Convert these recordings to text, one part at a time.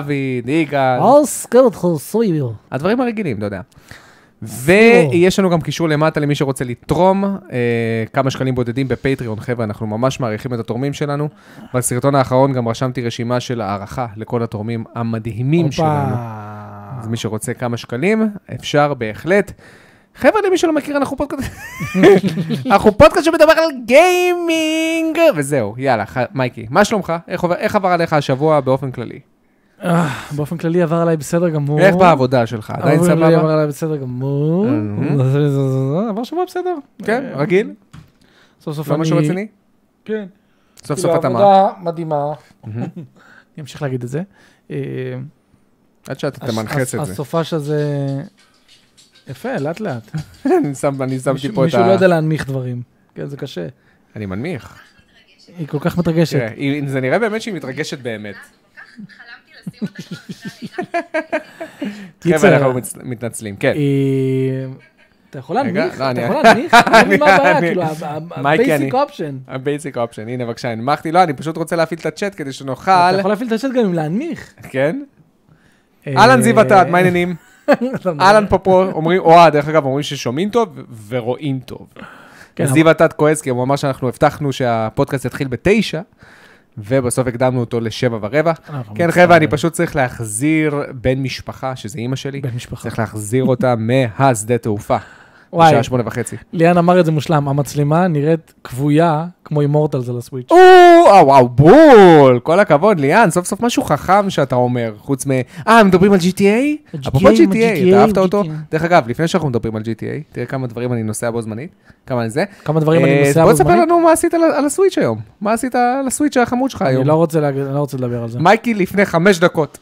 דוד, יגאל, אוסקר חוסויו. הדברים הרגילים, אתה יודע. ויש לנו גם קישור למטה למי שרוצה לתרום אה, כמה שקלים בודדים בפטריון, חבר'ה, אנחנו ממש מעריכים את התורמים שלנו. בסרטון האחרון גם רשמתי רשימה של הערכה לכל התורמים המדהימים שלנו. אז מי שרוצה כמה שקלים, אפשר בהחלט. חבר'ה, למי שלא מכיר, אנחנו פודקאסט... אנחנו פודקאסט שמדבר על גיימינג, וזהו, יאללה, ח... מייקי, מה שלומך? איך, עובר... איך עבר עליך השבוע באופן כללי? אה, באופן כללי עבר עליי בסדר גמור. איך בעבודה שלך? עדיין באופן כללי עבר סבבה? עליי בסדר גמור. Mhm. אז זה- זה- זה- זה- עבר שבוע בסדר. כן, אה, רגיל? סוף סוף לא אני... משהו רציני? כן. סוף כאילו, סוף אתה מה? עבודה מדהימה. אני אמשיך להגיד את זה. אה, עד שאתה הש- תמנחס הס- את זה. הסופה של זה... יפה, לאט לאט. אני שם- אני שמתי מישהו- פה את מישהו לא ה... יודע להנמיך דברים. כן, זה קשה. אני מנמיך. היא כל כך מתרגשת. תראה, היא- זה נראה באמת שהיא מתרגשת באמת. חלמתי לשים אותה שם במדע לעילה. קיצר, חבר'ה, אנחנו מצ- מתנצלים, כן. אה, אתה יכול רגע, להנמיך? לא, אתה אני- יכול להנמיך? אני לא מבין מה הבעיה, אני- כאילו, מייקי, אני- ה-basic option. הבייסיק אופשן, הנה בבקשה, הנמכתי, לא, אני פשוט רוצה להפעיל את הצ'אט כדי שנוכל, אתה אה, יכול להפעיל את השט גם עם להנמיך. כן? אהלן זיו עטד, מה העניינים? אה, לא, אהלן פה פה, אומרים, או אה, דרך אגב, אומרים ששומעים טוב ו- ורואים טוב. כן, זיו עטד כועס, כי הוא אמר שאנחנו הבטחנו שהפודקאסט יתחיל בתשע, ובסוף הקדמנו אותו לשבע ורבע. כן, חבר'ה, אני פשוט צריך להחזיר בן משפחה, שזה אימא שלי, בן משפחה. צריך להחזיר אותה מהשדה תעופה, וואי, בשעה שמונה וחצי. ליאן אמר את זה מושלם, המצלמה נראית כבויה כמו אימורטלס על הסוויץ'. או, אה, וואו, בול, כל הכבוד, ליאן, סוף סוף משהו חכם שאתה אומר, חוץ מ... אה, מדברים על GTA? GTA, אפרופו עם GTA, ה-GTA, אתה אהבת אותו? GTA. דרך אגב, לפני שאנחנו מדברים על GTA, תראה כמה דברים אני נוסע בו זמנית, כמה אני זה. כמה דברים אני אה, נוסע בוא בזמן. תספר לנו מה עשית על ה- על הסוויץ' היום. מה עשית על הסוויץ' החמוד שלך היום. אני לא רוצה להגיד- אני לא רוצה לדבר על זה. מייקי לפני חמש דקות.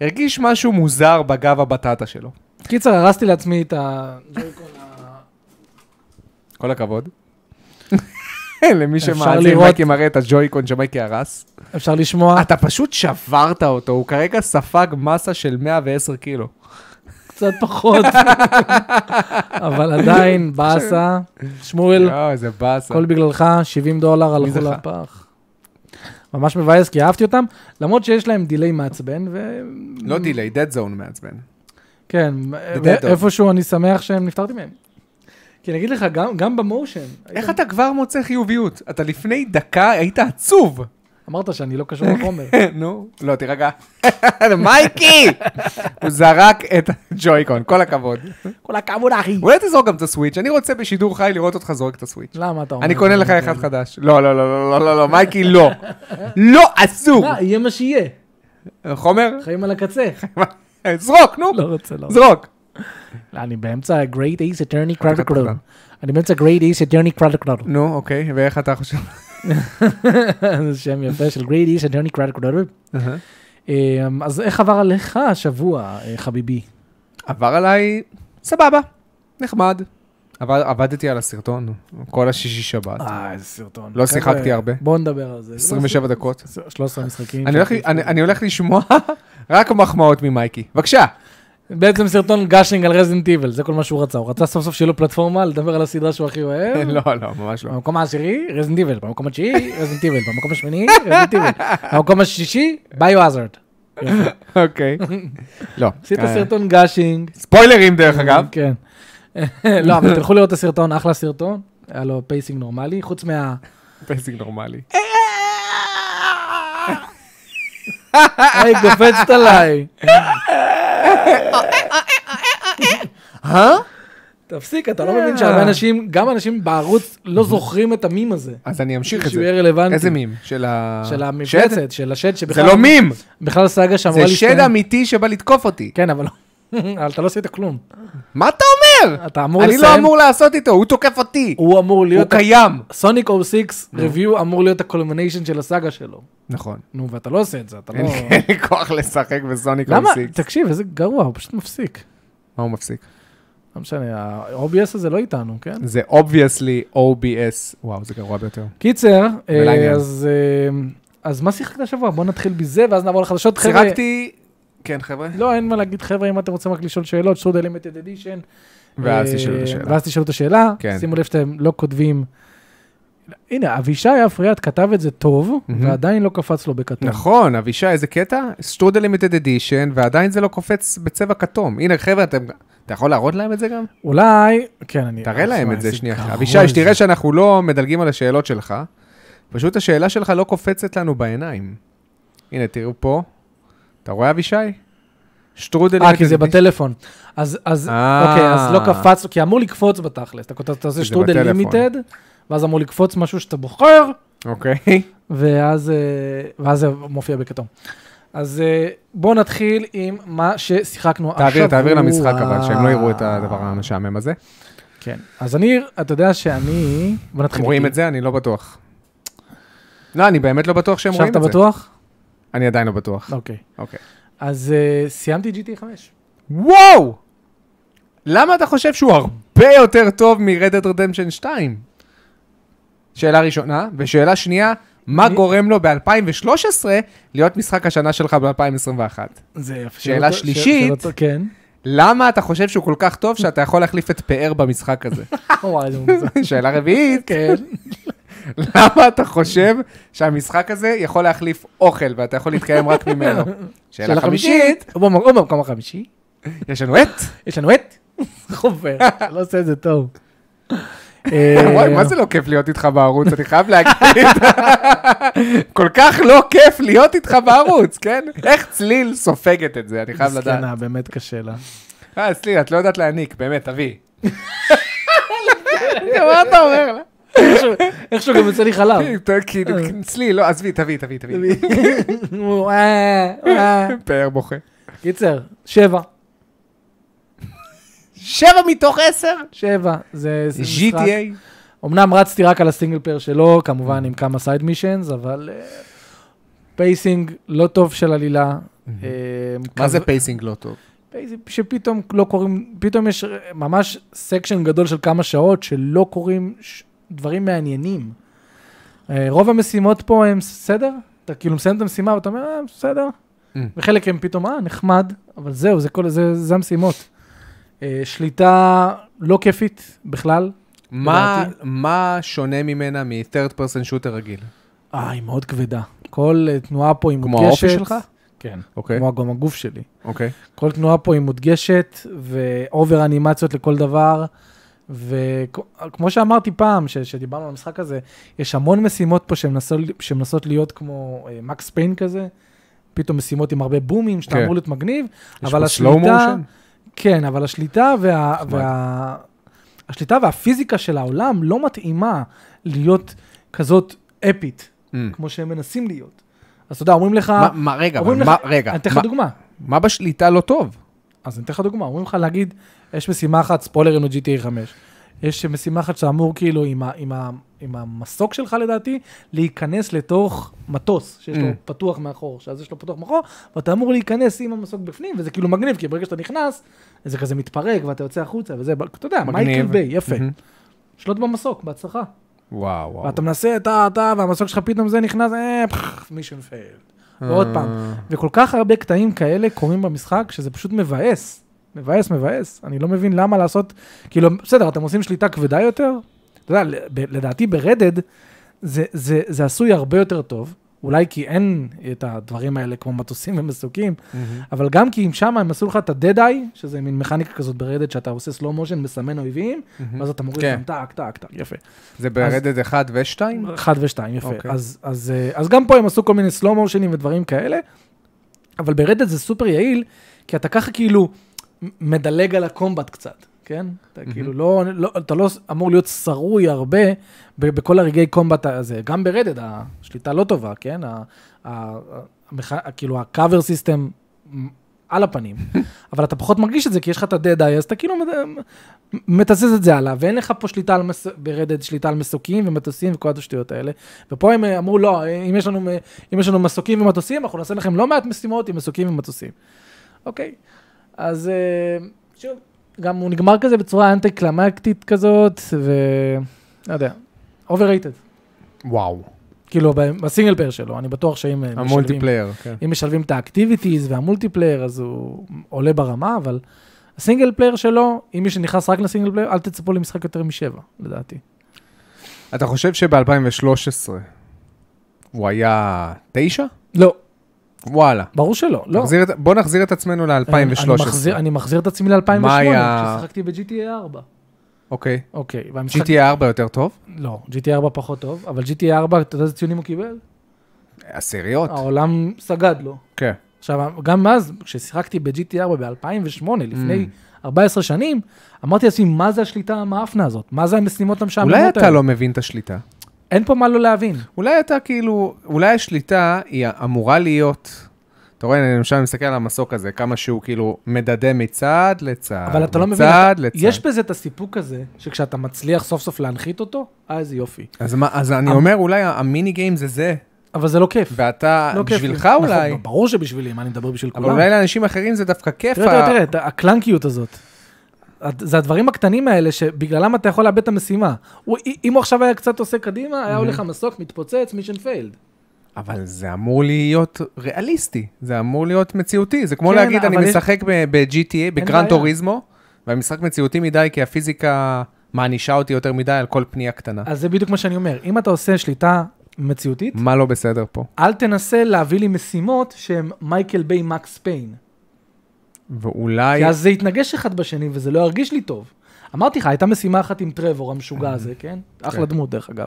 הרגיש משהו מוזר בגב הבטטה שלו. קיצר, הרסתי לעצמי את ה... ג'וי-קון ה- כל הכבוד. למי אפשר שמאזין, לראות. מייקי מראה את הג'ויקון שמייקי הרס. אפשר לשמוע אתה פשוט שברת אותו, הוא כרגע ספג מסה של 110 קילו. קצת פחות, אבל עדיין, באסה, שמואל, יואו, איזה באסה. הכל בגללך, 70 דולר מי הלכו זכה? לפח. ממש מבאס, כי אהבתי אותם, למרות שיש להם דיליי מעצבן, ו... לא דיליי, dead zone מעצבן. כן, זה די טוב. איפשהו אני שמח שהם נפטרתי מהם. כי אני אגיד לך, גם, גם במושן, איך הייתם- אתה כבר מוצא חיוביות? אתה לפני דקה היית עצוב. אמרת שאני לא קשור לחומר. נו, לא, תירגע. מייקי! הוא זרק את הג'ויקון, כל הכבוד. כל הכבוד, אחי. אולי תזרוק גם את הסוויץ', אני רוצה בשידור חי לראות אותך זורק את הסוויץ'. למה אתה אומר? אני קונה את לך זה? אחד חדש. לא, לא, לא, לא, לא, לא, מייקי, לא. לא, אסור. מה, אה, יהיה מה שיהיה. חומר? אה, חיים על הקצה. זרוק, נו. לא רוצה, לא רוצה. זרוק. לא, אני באמצע ה-Great Ace Attorney Credit קטן. Crown. אני באמצע ה-Great Ace Attorney Credit Crown. נו, אוקיי, ואיך אתה חושב? זה שם יפה של Great Ace Attorney Credit Crown. אמ, אז איך עבר עליך השבוע, אה, חביבי? עבר עליי, סבבה, נחמד. עבד, עבדתי על הסרטון, כל השישי שבת, אה, איזה סרטון. לא שיחקתי הרבה. בואו נדבר על זה. 27 דקות. 13 משחקים. אני הולך, אני, אני הולך לשמוע רק מחמאות ממייקי. בבקשה. בעצם סרטון גאשינג על רזנט איבל, זה כל מה שהוא רצה. הוא רצה סוף סוף שיהיה לו פלטפורמה לדבר על הסדרה שהוא הכי אוהב. לא, לא, ממש לא. במקום העשירי, רזנט איבל, במקום התשיעי, רזנט איבל, במקום השמיני, רזנט איבל, במקום השישי, ביו עזרד. אוקיי. לא. עשית אה, סרטון גאשינג. ספוילרים דרך אגב. כן. לא, אבל תלכו לראות את הסרטון, אחלה סרטון. היה לו פייסינג נורמלי, חוץ מה... פייסינג נורמלי. אה! היי, קופצת עליי. תפסיק, אתה לא מבין שהרבה אנשים, גם אנשים בערוץ לא זוכרים את המים הזה. אז אני אמשיך את שהוא זה. יהיה רלוונטי. איזה מים? של ה... של אה, שד? המפלצת, של השד זה שבכלל... לא מים! בכלל סאגה שאמורה זה להסתיים. שד אמיתי שבא לתקוף אותי. כן, אבל לא- אבל אתה לא עשית כלום. מה אתה אומר? אתה אמור אני לסיים. לא אמור לעשות איתו, הוא תוקף אותי. הוא אמור הוא להיות... קיים. סוניק 06 review אמור להיות הקולמיניישן של הסאגה שלו. נכון. נו, ואתה לא עושה את זה, אתה לא... אין לי- אין לי כוח לשחק בסוניק למה? 06. תקשיב, איזה גרוע, הוא פשוט מפסיק. מה הוא מפסיק? לא משנה, ה-OBS הזה לא איתנו, כן? זה obviously OBS, וואו, זה לא גרוע ביותר. קיצר, ולעניין. אה, אז, אה, אז מה שיחקת השבוע? בוא נתחיל מזה, ואז נעבור לחדשות. חבר'ה- שיחקתי... כן, חבר'ה? לא, אין מה להגיד, חבר'ה, אם אתם רוצים רק לשאול שאלות, שוד אלימטד אדישן. אה, ואז תשאלו את השאלה. ואז תשאלו את השאלה. כן. שימו לב שאתם לא כותבים הנה, אבישי אפריאט כתב את זה טוב, ועדיין לא קפץ לו בכתוב. נכון, אבישי, איזה קטע? סטרודל לימיטד אדישן, ועדיין זה לא קופץ בצבע כתום. הנה, חבר'ה, אתם... אתה יכול להראות להם את זה גם? אולי, כן, אני... תראה להם וואי, את זה איזה שנייה. גרוע אבישי, זה. אה, שתראה שאנחנו לא מדלגים על השאלות שלך. פשוט השאלה שלך לא קופצת לנו בעיניים. הנה, תראו פה. אתה רואה, אבישי? שטרודל... אה, כי זה Limited Edition. בטלפון. אז, אז, אה. אוקיי, אז לא קפץ, כי אמור לקפוץ בתכלס. אתה כותב, אתה עושה זה שטרודל בטלפון. לימיטד, ואז אמור לקפוץ משהו שאתה בוחר, אוקיי. ואז, אה, ואז זה מופיע בכתום. אז אה, בואו נתחיל עם מה ששיחקנו השבוע. תעביר, תעביר למשחק אבל, שהם לא יראו את הדבר המשעמם הזה. כן. אז אני, אתה יודע שאני... בוא הם נתחיל. רואים איתי. את זה? אני לא בטוח. לא, אני באמת לא בטוח שהם רואים עכשיו את זה. אתה בטוח? אני עדיין לא בטוח. אוקיי. אוקיי. אז אה, סיימתי GT 5. וואו! למה אתה חושב שהוא הרבה יותר טוב מ-Red Dead Redemption 2? שאלה ראשונה. ושאלה שנייה, מה אני- גורם לו ב-2013 להיות משחק השנה שלך ב-2021? זה יפה. שאלה שאלות- שלישית. שאלות- כן. למה אתה חושב שהוא כל כך טוב שאתה יכול להחליף את פאר במשחק הזה? וואי, זה מוזר. שאלה רביעית, כן. למה אתה חושב שהמשחק הזה יכול להחליף אוכל ואתה יכול להתקיים רק ממנו? שאלה חמישית, או במק- או במקום החמישי. יש לנו את. יש לנו את חופר, לא עושה את זה טוב. אה, וואי, מה זה לא כיף להיות איתך בערוץ, אני חייב להגיד. כל כך לא כיף להיות איתך בערוץ, כן? איך צליל סופגת את זה, אני חייב לדעת. מסכנה, באמת קשה לה. אה, צליל, את לא יודעת להעניק, באמת, תביא. מה אתה אומר לה? איכשהו- איכשהו גם יוצא לי חלב. טוב, כאילו, צליל, לא, עזבי, תביא, תביא, תביא. ואה, ואה. פאר בוכה. אה, קיצר, שבע, שבע מתוך עשר? שבע, זה זה משחק. GTA. אמנם רצתי רק על הסינגל פייר שלו, כמובן עם כמה סייד מישנס, אבל אה, פייסינג לא טוב של עלילה. אה, מה זה כב- פייסינג לא טוב? איזה- שפתאום לא קוראים, פתאום יש ממש סקשן גדול של כמה שעות שלא קוראים ש... דברים מעניינים. אה, רוב המשימות פה הם בסדר, אתה כאילו מסיים את המשימה ואתה אומר, אה, בסדר. Mm. וחלק הם פתאום, אה, נחמד, אבל זהו, זה כל, זה, זה המשימות. אה, שליטה לא כיפית בכלל. מה- לדעתי. מה שונה ממנה מ-third person shooter רגיל? אה, היא מאוד כבדה. כל אה, תנועה פה היא כמו מודגשת. האופי שלך? כן. אוקיי, כמו גם הגוף שלי. אוקיי. כל תנועה פה היא מודגשת, ואובר אנימציות לכל דבר. וכמו שאמרתי פעם, ש- שדיברנו על המשחק הזה, יש המון משימות פה שמנסות, שמנסות להיות כמו אה, מקס פיין כזה, פתאום משימות עם הרבה בומים, שאתה כן. אמור להיות מגניב, יש אבל פה slow השליטה... motion? כן, אבל השליטה וה... נחמד. וה... השליטה והפיזיקה של העולם לא מתאימה להיות כזאת אפית, Mm. כמו שהם מנסים להיות. אז אתה יודע, אומרים לך... מה- מה, רגע, אבל אומרים לך- מה, רגע, אני אתן לך מה- דוגמה. מה בשליטה לא טוב? אז אני אתן לך דוגמה, אומרים לך להגיד, יש משימה אחת, ספוילרים ל-GTA 5, יש משימה אחת שאתה אמור כאילו עם, ה, עם, ה, עם המסוק שלך לדעתי, להיכנס לתוך מטוס, שיש לו Mm. פתוח מאחור, שאז יש לו פתוח מאחור, ואתה אמור להיכנס עם המסוק בפנים, וזה כאילו מגניב, כי ברגע שאתה נכנס, זה כזה מתפרק ואתה יוצא החוצה, וזה, אתה יודע, מייקל מגניב. Mm-hmm. ביי, יפה, מהמם. שלוט במסוק, בהצלחה. וואו, וואו. ואתה מנסה, אתה, אתה, והמסוק שלך פתאום זה נכנס, אה, פח, מישן פייל. ועוד פעם. אה, וכל כך הרבה קטעים כאלה קורים במשחק, שזה פשוט מבאס. מבאס, מבאס. אני לא מבין למה לעשות, כאילו, בסדר, אתם עושים שליטה כבדה יותר? אתה יודע, ל- ב- לדעתי ברדד, זה, זה, זה עשוי הרבה יותר טוב. אולי כי אין את הדברים האלה כמו מטוסים ומסוקים, מהמם. אבל גם כי אם שם הם עשו לך את ה-dead-eye, שזה מין מכניקה כזאת ברדד, שאתה עושה slow motion, מסמן אויבים, ואז אתה מוריד כן. אותם טק, טק, טק, יפה. זה ברדד 1 ו-2? אחד ושתיים, יפה. אוקיי. אז, אז, אה, אז גם פה הם עשו כל מיני סלואו מושנים ודברים כאלה, אבל ברדד זה סופר יעיל, כי אתה ככה כאילו מדלג על הקומבט קצת, כן? אתה mm-hmm. כאילו לא, לא, אתה לא אמור להיות שרוי הרבה ב- בכל הרגעי קומבט הזה. גם ברדד השליטה לא טובה, כן? ה, ה, ה, המכ- כאילו הקאבר סיסטם על הפנים, אבל אתה פחות מרגיש את זה, כי יש לך את ה-dead eye, אז אתה כאילו מד- מתזז את זה הלאה, ואין לך פה שליטה על מס... ברדד, שליטה על מסוקים ומטוסים וכל השטויות האלה. ופה הם אה, אמרו, לא, אה, אם יש לנו, אה, אם יש לנו מסוקים ומטוסים, אנחנו נעשה לכם לא מעט משימות עם מסוקים ומטוסים. אוקיי, אז אה, שוב, גם הוא נגמר כזה בצורה אנטי-קלמקטית כזאת, ו... לא יודע, overrated. וואו. כאילו, ב- בסינגל פייר שלו, אני בטוח שאם אה, משלבים- המולטיפלייר. כן. אם משלבים את האקטיביטיז והמולטיפלייר, אז הוא עולה ברמה, אבל הסינגל פלייר שלו, אם מי שנכנס רק לסינגל פלייר, אל תצפו למשחק יותר משבע, לדעתי. כן. אתה חושב שב-2013 הוא היה תשע? לא, וואלה. ברור שלא, לא. נחזיר את- בוא נחזיר את עצמנו אני- אני מחזיר- ל-2013. אני מחזיר את עצמי ל-2008, מה היה- כששיחקתי ב-GTA 4. אוקיי. אוקיי, והמשחק... GTA 4 יותר טוב? לא, GTA 4 פחות טוב, אבל GTA 4, אתה יודע איזה ציונים הוא קיבל? עשיריות. העולם סגד לו. אה, כן. עכשיו, גם אז, כששיחקתי ב-GT4 ב-2008, לפני Mm. 14 שנים, אמרתי לעצמי, מה זה השליטה המאפנה הזאת? מה זה המשימות המשעממות האלה? אולי אתה לא מבין את השליטה. אין פה מה לא להבין. אולי אתה כאילו, אולי השליטה היא אמורה להיות... אתה רואה, אני למשל מסתכל על המסוק הזה, כמה שהוא כאילו מדדה מצד לצד, אבל אתה לא מבין. מצד אתה- לצד. יש בזה את הסיפוק הזה, שכשאתה מצליח סוף סוף להנחית אותו, אה, איזה יופי. אז, מה, אז אני אמ- אומר, אולי המיני גיים זה זה, אבל זה לא כיף. ואתה, לא כיף לי. בשבילך נכון, אולי, לא, ברור שבשבילי, מה אני מדבר בשביל אבל כולם? אולי לאנשים אחרים זה דווקא כיף. תראה, ה- תראה, תראה, את הקלנקיות הזאת. את- זה הדברים הקטנים האלה שבגללם אתה יכול לאבד את המשימה. הוא- אם הוא עכשיו היה קצת עושה קדימה, היה הולך המסוק, מתפוצץ, מישן פיילד. אבל זה אמור להיות ריאליסטי, זה אמור להיות מציאותי. זה כמו כן, להגיד, אני אבל יש- משחק ב- ב-GTA, בגרן בעיה. טוריזמו, והמשחק מציאותי מדי, כי הפיזיקה מענישה אותי יותר מדי על כל פנייה קטנה. אז זה בדיוק מה שאני אומר. אם אתה עושה שליטה מציאותית, מה לא בסדר פה? אל תנסה להביא לי משימות שהן מייקל ביי מקס פיין. ואולי... כי אז זה יתנגש אחד בשני וזה לא ירגיש לי טוב. אמרתי לך, הייתה משימה אחת עם טרבור המשוגע הזה, כן? אחלה דמות, דרך אגב.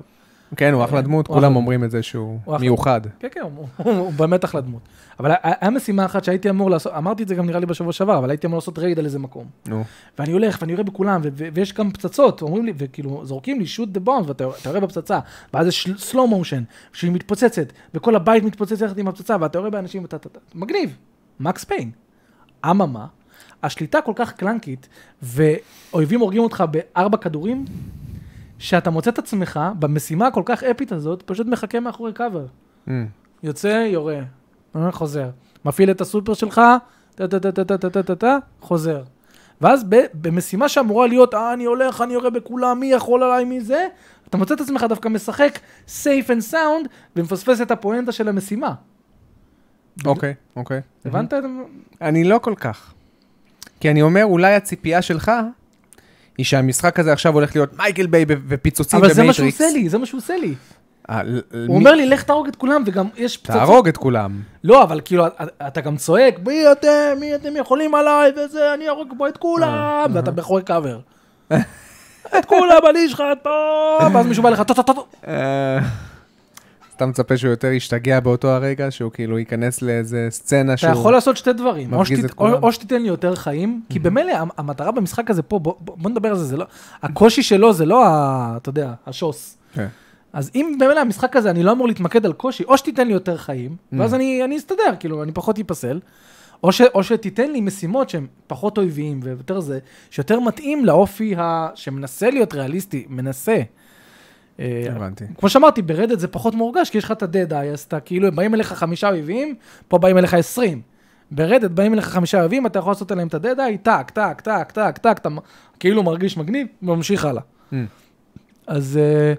כן, הוא אחלה דמות, הוא אחלה כולם דמות. אומרים את זה שהוא הוא אחלה. מיוחד. כן, כן, הוא- הוא באמת אחלה דמות. אבל היה- היה משימה אחת שהייתי אמור לעשות, אמרתי את זה גם נראה לי בשבוע שעבר, אבל הייתי אמור לעשות רייד על איזה מקום. נו. ואני הולך ואני יורה בכולם, ו- ו- ויש גם פצצות, אומרים לי, וכאילו זורקים לי shoot the bomb, ואתה אתה יורה בפצצה, ואז יש slow motion, שהיא מתפוצצת, וכל הבית מתפוצץ יחד עם הפצצה, ואתה יורה באנשים ואתה... אתה- אתה- מגניב, מקס פיין. אממה, השליטה כל כך קלנקית, ואויבים הורגים אותך בארבע כדורים, שאתה מוצא את עצמך במשימה הכל כך אפית הזאת, פשוט מחכה מאחורי קאבר. Mm. יוצא, יורה, אה, חוזר. מפעיל את הסופר שלך, טה-טה-טה-טה-טה-טה-טה, חוזר. ואז ב- במשימה שאמורה להיות, אה, אני הולך, אני יורה בכולם, מי יכול עליי, מי זה, אתה מוצא את עצמך דווקא משחק safe and sound, ומפספס את הפואנטה של המשימה. אוקיי, אוקיי. הבנת? אני לא כל כך. כי אני אומר, אולי הציפייה שלך היא שהמשחק הזה עכשיו הולך להיות מייקל ביי ו- ופיצוצים אבל ומייטריקס. זה מה שהוא עושה לי, זה מה שהוא עושה לי. אה, ל- ל- הוא מי- אומר לי, לך תהרוג את כולם, וגם יש פצצות. תהרוג את כולם. לא, אבל כאילו, אתה- אתה גם צועק, מי אתם, מי אתם יכולים עליי, וזה, אני ארוג פה את אה, כולם, ואתה מאחורי קאבר. את כולם, אני שלך, טוב, ואז מישהו בא לך, טוב, טוב, טוב. אה, אז אתה מצפה שהוא יותר ישתגע באותו הרגע, שהוא כאילו ייכנס לאיזה סצנה אתה שהוא... יכול לעשות שתי דברים, או מפגיז שתית- את כולם. Mm-hmm. או- או שתיתן לי יותר חיים, כי במילא המ- המטרה במשחק הזה פה, בוא- בוא בוא נדבר על זה, זה לא, הקושי שלו זה לא, ה- אתה יודע, השוס. כן. אז אם במילא המשחק הזה אני לא אמור להתמקד על קושי, או שתיתן לי יותר חיים, ואז אני אני אסתדר, כאילו, אני פחות איפסל, או ש- או שתיתן לי משימות שהן פחות אויביים ויותר זה, שיותר מתאים לאופי ה- שמנסה להיות ריאליסטי, מנסה. אה, הבנתי. כמו שאמרתי, ברדד זה פחות מורגש, כי יש לך את ה-dead eye, אז אתה כאילו, הם באים אליך חמישה אויבים, פה באים אליך עשרים. ברדד באים אליך חמישה אויבים, אתה יכול לעשות עליהם את ה-dead eye, טק, טק, טק, טק, טק, אתה מ- כאילו מרגיש מגניב, וממשיך הלאה. Mm. אז אה,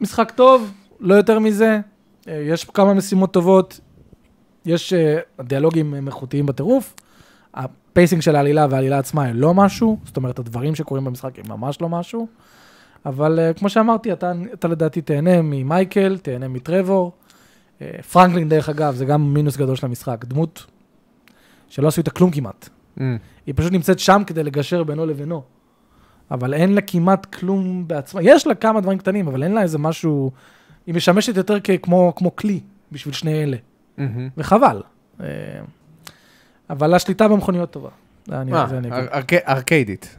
משחק טוב, לא יותר מזה, אה, יש כמה משימות טובות, יש אה, דיאלוגים הם איכותיים בטירוף, הפייסינג של העלילה והעלילה עצמה הם לא משהו, זאת אומרת, הדברים שקורים במשחק הם ממש לא משהו. אבל אה, כמו שאמרתי, אתה, אתה לדעתי תהנה ממייקל, תהנה מטרוור. אה, פרנקלין, דרך אגב, זה גם מינוס גדול של המשחק. דמות שלא עשו איתה כלום כמעט. Mm. היא פשוט נמצאת שם כדי לגשר בינו לבינו. אבל אין לה כמעט כלום בעצמה. יש לה כמה דברים קטנים, אבל אין לה איזה משהו... היא משמשת יותר כ- כמו, כמו כלי בשביל שני אלה, מהמם. וחבל. אה, אבל השליטה במכוניות טובה. זה אני- מה, זה אני אגיד. אר- ארק- ארקיידית.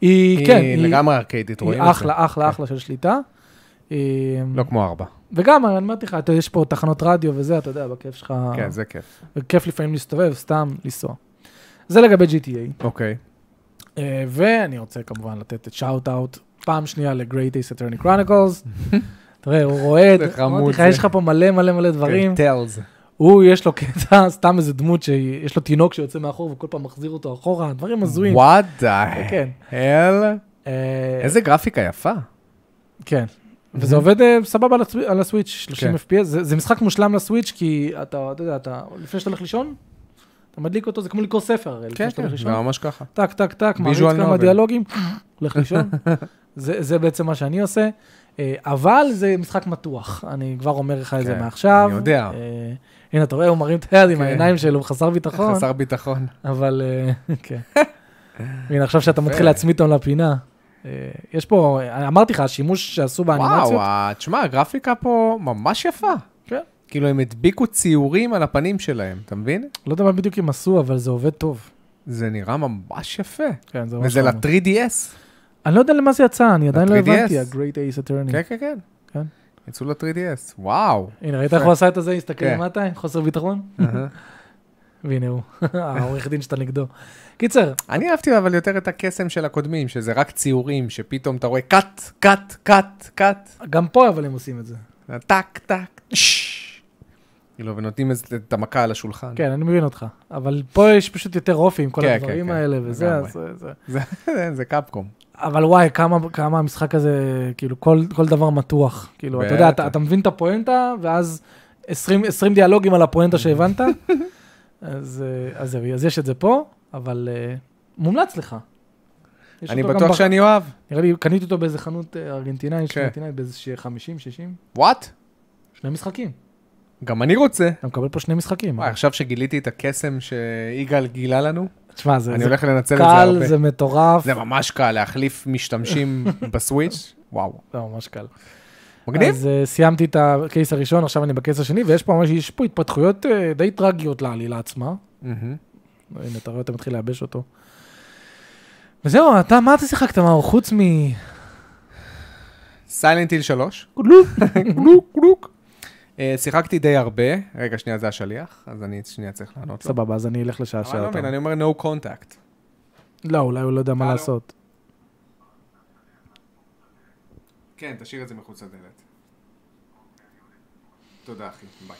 היא, כן, אה, היא לגמרי ארקיידית, היא רואים את זה. אחלה, אחלה, אחלה של שליטה. אה, לא כמו ארבע. וגם, אני אמרתי לך, אתה- יש פה תחנות רדיו וזה, אתה יודע, בכיף שלך, כן, זה כיף. וכיף לפעמים להסתובב, סתם לנסוע. זה לגבי GTA. אוקיי. אה, ואני רוצה כמובן לתת את שאוט אאוט פעם שנייה ל-Great Ace Attorney Chronicles. תראה, הוא רועד, זה חמוד אמרתי לך, זה. כן, יש לך פה מלא מלא מלא דברים. טלס. הוא, יש לו קטע, סתם איזה דמות שיש לו תינוק שיוצא מאחור וכל פעם מחזיר אותו אחורה, דברים הזויים. וואט די. כן. הל. אה, איזה גרפיקה יפה. כן. וזה עובד אה, סבבה על הסו- על הסוויץ', 30 כן. FPS, זה זה משחק מושלם לסוויץ', כי אתה, אתה יודע, אתה, לפני שאתה הולך לישון, אתה מדליק אותו, זה כמו כן, כן, לקרוא ספר, הרי, לפני שאתה הולך זה לישון. ממש ככה. טק, טק, טק, מעריץ Visual כמה novel. דיאלוגים, הולך לישון. זה, זה בעצם מה שאני עושה, אה, אבל זה משחק מתוח, אני כבר אומר לך את זה כן, מעכשיו. אני יודע. אה, הנה, אתה רואה, הוא מרים את היד עם כן. העיניים שלו, הוא חסר ביטחון, חסר ביטחון. אבל אה, כן. הנה, עכשיו שאתה מתחיל יפה. להצמיד אותם לפינה. אה, יש פה, אה, אמרתי לך, השימוש שעשו באנימציות, וואו, ה- אה, תשמע, הגרפיקה פה ממש יפה. כן. כאילו, הם הדביקו ציורים על הפנים שלהם, אתה מבין? לא יודע מה בדיוק הם עשו, אבל זה עובד טוב. זה נראה ממש יפה. כן, זה ממש וזה חמוד. ל-3DS. אני לא יודע למה זה יצא, אני עדיין לא ל- 3DS. הבנתי, ה-Great Ace Attorney. כן, כן, כן. כן. יצאו ל-3DS, וואו. הנה, ראית איך הוא עשה את הזה, הסתכל כן. למטה, עם חוסר ביטחון? והנה הוא, העורך דין שאתה נגדו. קיצר, אני אהבתי אבל יותר את הקסם של הקודמים, שזה רק ציורים, שפתאום אתה רואה קאט, קאט, קאט, קאט, גם פה אבל הם עושים את זה. טק, טק, ששש. כאילו, ונותנים איזה- את המכה על השולחן. כן, אני מבין אותך. אבל פה יש פשוט יותר אופי עם כל כן, הדברים כן, כן. האלה וזה, לגמרי. אז זה- זה... זה- זה קפקום. אבל וואי, כמה- כמה המשחק הזה, כאילו, כל כל דבר מתוח. כאילו, אתה יודע, אתה- בטח. אתה מבין את הפואנטה, ואז 20 20 דיאלוגים על הפואנטה שהבנת. אז אה, אז זהו, אז יש את זה פה, אבל אה, מומלץ לך. יש אני אותו גם בטוח ב- שאני אוהב. נראה לי, קניתי אותו באיזה חנות אה, ארגנטינאית, כן. ארגנטינאית באיזה ש- 50, 60, וואט? שני משחקים. גם אני רוצה. אתה מקבל פה שני משחקים. אה? וואי, עכשיו שגיליתי את הקסם שיגאל גילה לנו, תשמע, זה אני זה הולך לנצל את זה קל, הרבה. זה מטורף. זה ממש קל להחליף משתמשים בסוויץ', וואו. לא, ממש קל. מגניב? אז אה, סיימתי את הקייס הראשון, עכשיו אני בקייס השני, ויש פה ממש, יש פה התפתחויות אה, די טרגיות לעלילה עצמה. מהמם. הנה, אתה רואה, אתה מתחיל לייבש אותו. וזהו, אתה, מה אתה שיחקת, מאור? חוץ מ... סיילנט היל 3. גלוק, גלוק, גלוק. אה, שיחקתי די הרבה. רגע, שנייה, זה השליח, אז אני שנייה צריך לענות לו. סבבה, אז אני אלך אבל אני לשעשע לא אותם. מבין, אה, אני אומר no contact. לא, אולי הוא לא יודע מה הלו. לעשות. כן, תשאיר את זה מחוץ לדלת. תודה, אחי, ביי.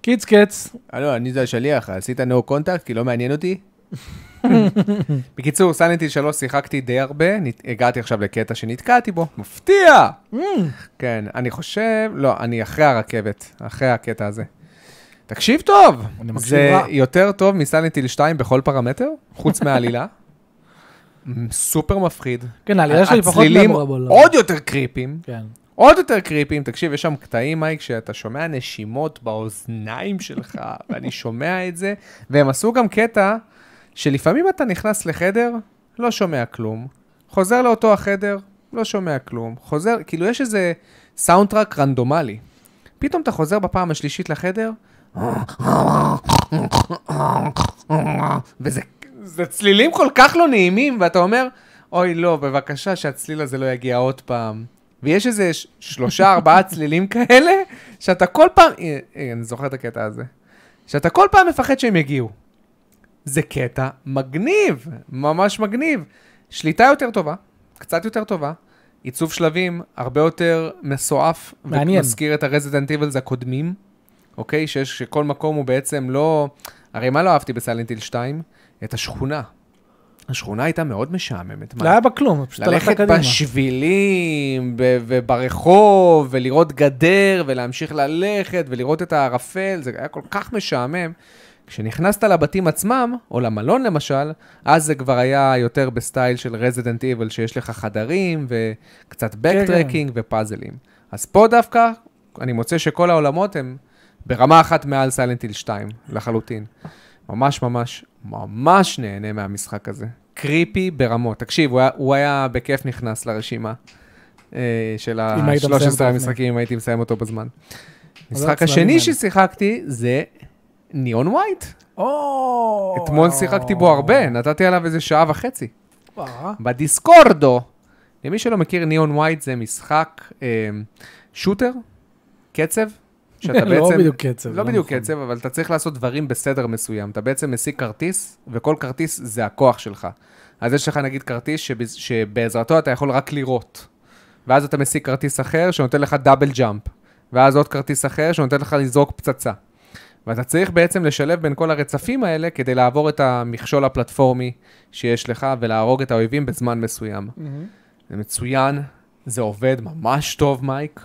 קיץ קץ, הלו, אני זה השליח, עשית no contact כי לא מעניין אותי? בקיצור, סיילנט היל 3 שיחקתי די הרבה, נת- הגעתי עכשיו לקטע שנתקעתי בו, מפתיע! כן, אני חושב, לא, אני אחרי הרכבת, אחרי הקטע הזה. תקשיב טוב, אני מקשיב זה רע. יותר טוב מסניטיל 2 בכל פרמטר, חוץ מהעלילה. מ- סופר מפחיד. כן, העלילה שלי פחות הצלילים memorable, לא. אבל- עוד יותר קריפים, כן. עוד יותר קריפים. תקשיב, יש שם קטעים, מייק, שאתה שומע נשימות באוזניים שלך, ואני שומע את זה, והם עשו גם קטע שלפעמים אתה נכנס לחדר, לא שומע כלום, חוזר לאותו החדר, לא שומע כלום, חוזר, כאילו יש איזה סאונדטראק רנדומלי. פתאום אתה חוזר בפעם השלישית לחדר, וזה זה צלילים כל כך לא נעימים, ואתה אומר, אוי, לא, בבקשה, שהצליל הזה לא יגיע עוד פעם. ויש איזה ש- שלושה, ארבעה צלילים כאלה, שאתה כל פעם, הנה, הנה, אני זוכר את הקטע הזה, שאתה כל פעם מפחד שהם יגיעו. זה קטע מגניב, ממש מגניב. שליטה יותר טובה, קצת יותר טובה, עיצוב שלבים הרבה יותר מסועף, מעניין. ומזכיר את הרזידנט איבלס הקודמים, אוקיי? שיש, שכל מקום הוא בעצם לא... הרי מה לא אהבתי בסיילנטיל 2? את השכונה. השכונה הייתה מאוד משעממת. מה? לא היה בה כלום, פשוט הלכת ללכת קדימה. בשבילים ב- וברחוב, ולראות גדר, ולהמשיך ללכת, ולראות את הערפל, זה היה כל כך משעמם. כשנכנסת לבתים עצמם, או למלון למשל, אז זה כבר היה יותר בסטייל של רזידנט איבל, שיש לך חדרים, כן, וקצת בקטרקינג ופאזלים. אז פה דווקא, אני מוצא שכל העולמות הם ברמה אחת מעל סיילנטיל 2, לחלוטין. ממש ממש ממש נהנה מהמשחק הזה. קריפי ברמות. תקשיב, הוא היה, הוא היה בכיף נכנס לרשימה אה, של אם היית מסיים אותו ה-13 לפני. המשחקים, אם הייתי מסיים אותו בזמן. המשחק הצלמים השני האלה. ששיחקתי זה ניאון וייט. או, אתמול שיחקתי בו הרבה, נתתי עליו איזה שעה וחצי. וואו. בדיסקורדו. למי שלא מכיר, ניאון ווייט זה משחק אה, שוטר, קצב, שאתה לא בעצם... בדיוק קצב, לא לא בדיוק נכון. קצב, אבל אתה צריך לעשות דברים בסדר מסוים. אתה בעצם משיג כרטיס, וכל כרטיס זה הכוח שלך. אז יש לך נגיד כרטיס שבז- שבעזרתו אתה יכול רק לירות. ואז אתה משיג כרטיס אחר שנותן לך דאבל ג'אמפ. ואז עוד כרטיס אחר שנותן לך לזרוק פצצה. ואתה צריך בעצם לשלב בין כל הרצפים האלה כדי לעבור את המכשול הפלטפורמי שיש לך ולהרוג את האויבים בזמן מסוים. זה מצוין, זה עובד ממש טוב, מייק.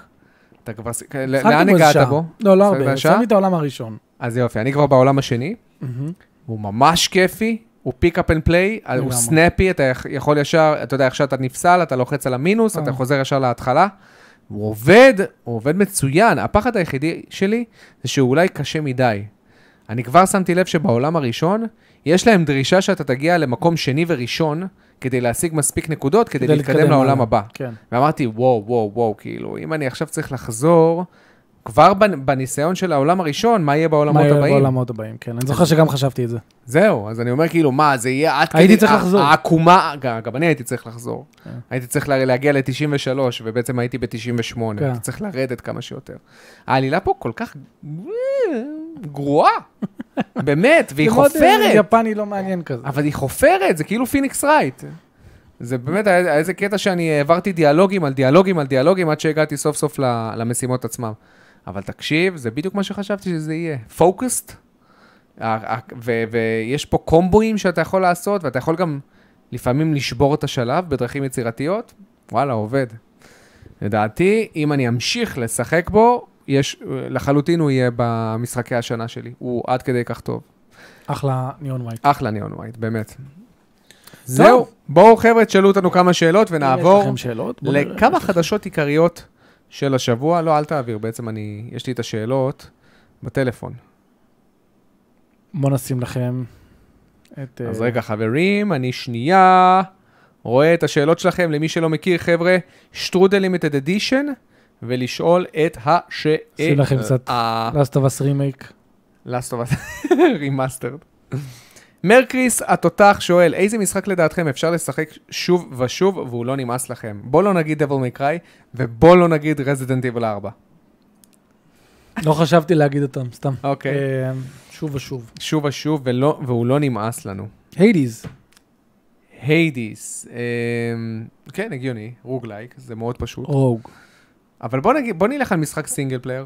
אתה כבר... ס- שיחקתי לאן בו איזה הגעת שעה. בו? לא, לא שיחקת הרבה, שעה? יצא לי את העולם הראשון. אז יופי, אני כבר בעולם השני. הוא ממש כיפי, הוא פיק אפ אנד פליי, הוא לגמרי. סנאפי, אתה יכ- יכול ישר, אתה יודע, איך שאתה נפסל, אתה לוחץ על המינוס, אתה אה. חוזר ישר להתחלה. הוא עובד, הוא עובד מצוין. הפחד היחידי שלי זה שהוא אולי קשה מדי. אני כבר שמתי לב שבעולם הראשון, יש להם דרישה שאתה תגיע למקום שני וראשון, כדי להשיג מספיק נקודות, כדי, להתקדם לעולם הלאה. הבא. כן. ואמרתי, וואו, וואו, וואו, כאילו, אם אני עכשיו צריך לחזור, כבר בנ- בניסיון של העולם הראשון, מה יהיה בעולמות מה יהיה הבאים? בעולמות הבאים, כן. אני זוכר שגם חשבתי את זה. זהו, אז אני אומר כאילו, מה, זה יהיה עד הייתי צריך ה- לחזור. העקומה, גם, גם אני הייתי צריך לחזור. כן. הייתי צריך לה- להגיע ל-93, ובעצם הייתי ב-98. כן. הייתי צריך לרדת כמה שיותר. העלילה פה כל כך אה, גרועה, באמת, והיא זה מאוד, אה, חופרת, יפני לא מעניין כזה. אבל היא חופרת, זה כאילו פיניקס רייט. זה באמת, היה- היה איזה קטע שאני העברתי דיאלוגים על דיאלוגים על דיאלוגים, עד שהגעתי סוף סוף ל- למשימות עצמם. אבל תקשיב, זה בדיוק מה שחשבתי שזה יהיה. פוקוסט, ויש פה קומבואים שאתה יכול לעשות, ואתה יכול גם לפעמים לשבור את השלב בדרכים יצירתיות. וואלה, עובד. לדעתי, אם אני אמשיך לשחק בו, יש, לחלוטין הוא יהיה במשחקי השנה שלי. הוא עד כדי כך טוב. אחלה ניאון וייט. אחלה ניאון ווייט, באמת. זהו, בואו חבר'ה, תשאלו אותנו כמה שאלות יש ונעבור לכם שאלות? בואו נראה. אה, לכמה חדשות עיקריות של השבוע. לא, אל תעביר, בעצם אני, יש לי את השאלות בטלפון. בואו נשים לכם את... אז אה, רגע, חברים, אני שנייה רואה את השאלות שלכם. למי שלא מכיר, חבר'ה, שטרודל לימיטד אדישן, ולשאול את השאלה. שים לכם קצת. Last of Us רימייק. Last of Us Remastered. מרקריס התותח שואל, איזה משחק לדעתכם אפשר לשחק שוב ושוב והוא לא נמאס לכם? בוא לא נגיד Devil May Cry ובוא לא נגיד Resident Evil 4. לא חשבתי להגיד אותם, סתם. אוקיי. אה, שוב ושוב. שוב ושוב ולא, והוא לא נמאס לנו. היידיז. היידיס, אמ, כן הגיוני, רוגלייק, זה מאוד פשוט. רוג. אבל בוא, נגיד, בוא נלך על משחק סינגל פלייר,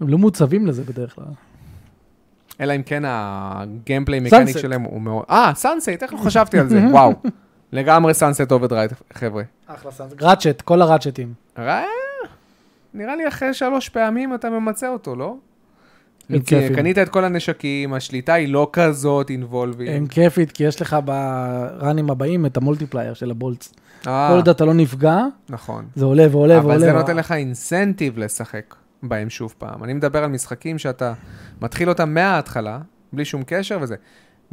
הם לא מוצבים לזה בדרך כלל. אלא אם כן הגיימפליי מקניק Sunset. שלהם הוא מאוד... אה, סאנסט, איך לא חשבתי על זה, וואו. לגמרי סאנסט אוברדרייד, חבר'ה. אחלה סאנס. ראצ'ט, כל הראצ'טים. רע? נראה לי אחרי שלוש פעמים אתה ממצה אותו, לא? הם כי כיפים. קנית את כל הנשקים, השליטה היא לא כזאת אינבולבינג. הם כיפית, כי יש לך בראנים הבאים את המולטיפלייר של הבולטס. אה, כל עוד אתה לא נפגע, נכון. זה עולה ועולה ועולה. אבל זה לא נותן לך אינסנטיב לשחק בהם שוב פעם. אני מדבר על משחקים שאתה מתחיל אותם מההתחלה, בלי שום קשר וזה.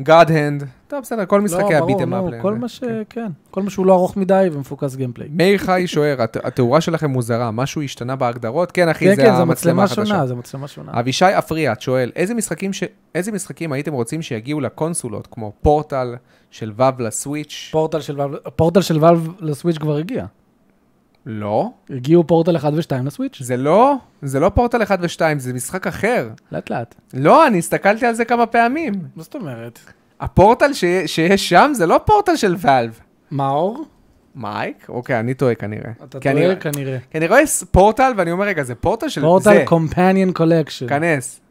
God Hand, טוב, בסדר, כל משחקי לא, ברור, הביטם לא, אפ. כל מה ש... כן. כל מה שהוא לא ארוך מדי ומפוקס גיימפליי. מאיר חי שוער, הת- התאורה שלכם מוזרה, משהו השתנה בהגדרות? כן, אחי, כן, זה כן, זו המצלמה מצלמה החדשה. אה, שונה, זו מצלמה שונה. אבישי אפריאט שואל, איזה משחקים, ש... איזה משחקים הייתם רוצים שיגיעו לקונסולות, כמו פורטל של וו לסוויץ'? פורטל של ואלב- פורטל של ואלב לסוויץ' כבר הגיע. לא. הגיעו פורטל 1 ו-2 לסוויץ', זה לא, זה לא פורטל 1 ו-2, זה משחק אחר. לאט לאט. לא, אני הסתכלתי על זה כמה פעמים. מה זאת אומרת? הפורטל ש... שיש שם זה לא פורטל של ואלב. מאור? מייק? אוקיי, אני טועה כנראה. אתה כי אני- טועה כנראה. כי אני רואה ס- פורטל ואני אומר, רגע, זה פורטל של זה. פורטל קומפניאן קולקשן. כנס.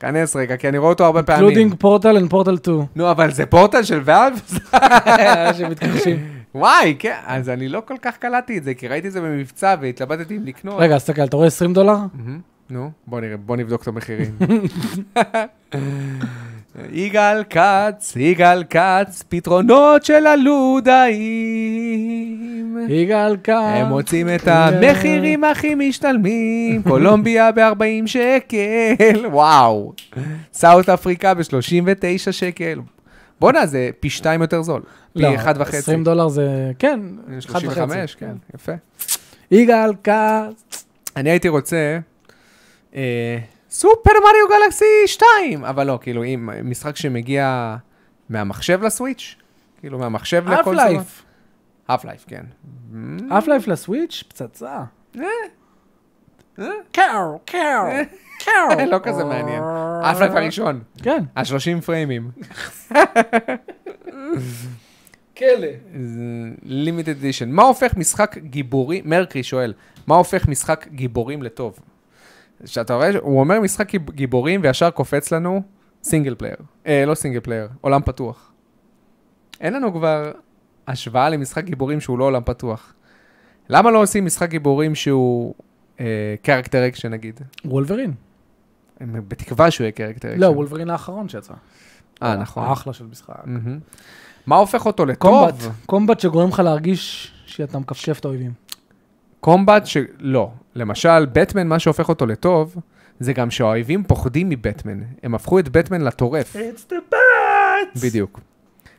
כנס רגע, כי אני רואה אותו הרבה פעמים. קלודינג פורטל אנד פורטל 2. נו, אבל זה פורטל של ואלב? אה, שמתכחשים. וואי, כן, אז אני לא כל כך קלטתי את זה, כי ראיתי את זה במבצע והתלבטתי אם לקנות. רגע, אז תסתכל, אתה רואה 20 דולר? מהמם. נו, בוא נראה, בוא נבדוק את המחירים. יגאל כץ, יגאל כץ, פתרונות של הלודאים. יגאל כאן. אה, הם מוצאים את המחירים הכי משתלמים, קולומביה ב-40 שקל, וואו. סאוט אפריקה ב-39 שקל. בואנה, זה פי שתיים יותר זול. לא, פי אחד וחצי. 20 דולר זה... כן, אחד וחצי. 35, כן, יפה. יגאל כץ. אני הייתי רוצה אה, סופר מריו גלקסי 2, אבל לא, כאילו, אם משחק שמגיע מהמחשב לסוויץ', כאילו מהמחשב אף לכל לייף. אף לייף, כן. אף לייף לסוויץ', פצצה. קאו, קאו, קאו. לא כזה מעניין. אף לייף הראשון, כן. ה-30 פריימים. כלא. לימיטד אדישן. מה הופך משחק גיבורי, מרקרי שואל, מה הופך משחק גיבורים לטוב? שאתה רואה, הוא אומר משחק גיב- גיבורים וישר קופץ לנו סינגל פלייר. אה, לא סינגל פלייר, עולם פתוח. אין לנו כבר השוואה למשחק גיבורים שהוא לא עולם פתוח. למה לא עושים משחק גיבורים שהוא קרקטר אקשן נגיד? וולברין. הם- בתקווה שהוא יהיה קרקטר אקשן. לא, וולברין האחרון שיצא. אה, כן. נכון. לא, אחלה של משחק. מהמם. מה הופך אותו לטוב? קומבט, קומבט שגורם לך להרגיש שאתה מכפשף את האויבים. קומבט ש... לא. למשל, בטמן, מה שהופך אותו לטוב, זה גם שהאויבים פוחדים מבטמן. הם הפכו את בטמן לטורף. It's the bats! בדיוק.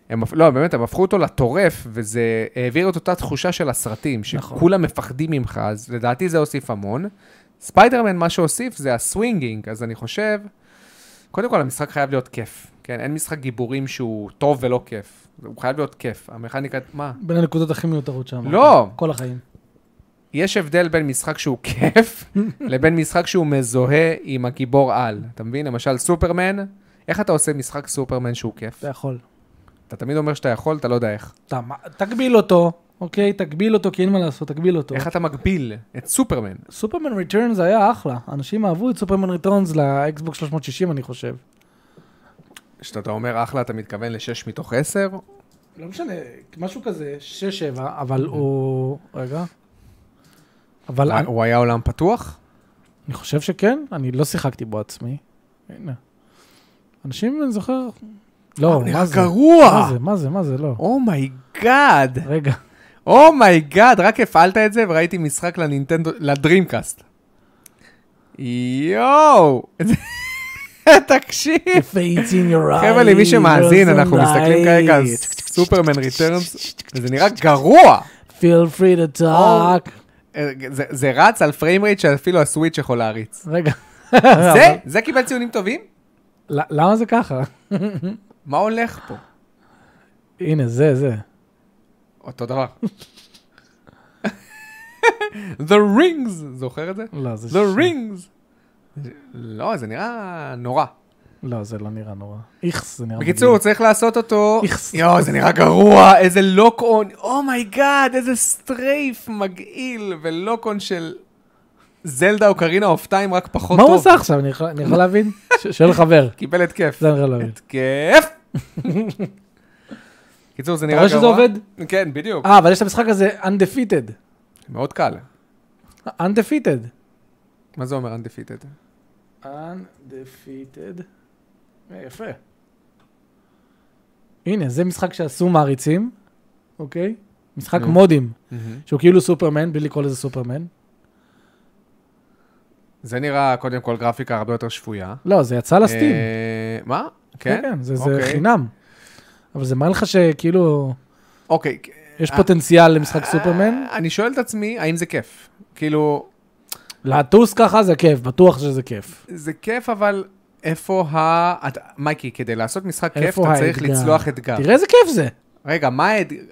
הם, הפ- לא, באמת, הם הפכו אותו לטורף, וזה העביר את אותה תחושה של הסרטים, נכון. שכולם מפחדים ממך, אז לדעתי זה הוסיף המון. ספיידרמן, מה שהוסיף זה הסווינגינג, אז אני חושב, קודם כל, המשחק חייב להיות כיף. כן, אין משחק גיבורים שהוא טוב ולא כיף. הוא חייב להיות כיף. המכניקה, מה? בין הנקודות הכי מיותרות שם. לא. כל החיים. יש הבדל בין משחק שהוא כיף, לבין משחק שהוא מזוהה עם הגיבור על. אתה מבין? למשל, סופרמן, איך אתה עושה משחק סופרמן שהוא כיף? אתה יכול. אתה תמיד אומר שאתה יכול, אתה לא יודע איך. אתה- מה- תגביל אותו, אוקיי? תגביל אותו, כי אין מה לעשות, תגביל אותו. איך אתה מגביל את סופרמן? סופרמן ריטרנס היה אחלה. אנשים אהבו את סופרמן ריטרנס לאקסבוקס 360, אני חושב. כשאתה אומר אחלה, אתה מתכוון לשש מתוך עשר? לא משנה, משהו כזה, כן. 6-7, אבל הוא... רגע. אבל אני- הוא היה עולם פתוח? אני חושב שכן, אני לא שיחקתי בו עצמי. הנה. אנשים, אני זוכר... לא, מה זה? מה גרוע! Oh זה, מה זה, מה זה, לא. אומייגאד! רגע. אומייגאד! Oh רק הפעלת את זה וראיתי משחק לנינטנדו, לדרימקאסט. יואו! תקשיב! If it's in your eyes. חבר'ה, למי שמאזין, or אנחנו some מסתכלים כרגע על light. סופרמן ריטרנס, וזה נראה גרוע. feel free to talk. אה, זה- זה רץ על פריים רייט שאפילו הסוויץ' יכול להריץ. רגע. אה, זה? זה קיבל ציונים טובים? ל- למה זה ככה? מה הולך פה? הנה, זה, זה. אותו דבר. The Rings, זוכר את זה? לא, זה... The Rings. לא, זה נראה נורא. לא, זה לא נראה נורא. איכס, זה נראה... בקיצור, צריך לעשות אותו... לא איכס. יואו, זה נראה גרוע, איזה לוק און, אומייגאד, איזה סטרייף מגעיל, ולוק און של זלדה או קרינה אוף טיים, רק פחות מה טוב. הוא עושה עכשיו? אני יכול- אני יכול להבין? ש- שואל חבר. קיבל התקף. זה לא אני יכול להבין. התקף! קיצור, זה נראה רואה גרוע. שזה עובד? כן, בדיוק. אה, אבל יש את המשחק הזה, undefeated. מאוד קל. undefeated. מה זה אומר undefeated? undefeated. אה, יפה. הנה, זה משחק שעשו מעריצים, אוקיי? משחק נו. מודים, שהוא כאילו סופרמן, בלי לקרוא לזה סופרמן. זה נראה, קודם כל, גרפיקה הרבה יותר שפויה. לא, זה יצא לסטים. אה, מה? כן, כן? כן, זה זה אוקיי. חינם. אבל זה מראה לך שכאילו, אוקיי. יש אה, פוטנציאל למשחק סופרמן. אה, אני שואל את עצמי, האם זה כיף? כאילו, לטוס ככה זה כיף, בטוח שזה כיף. זה כיף, אבל איפה ה... את- מייקי, כדי לעשות משחק כיף, איפה אתה צריך האתגר? לצלוח אתגר. כן, תראה איזה כיף זה. רגע, מה האתג-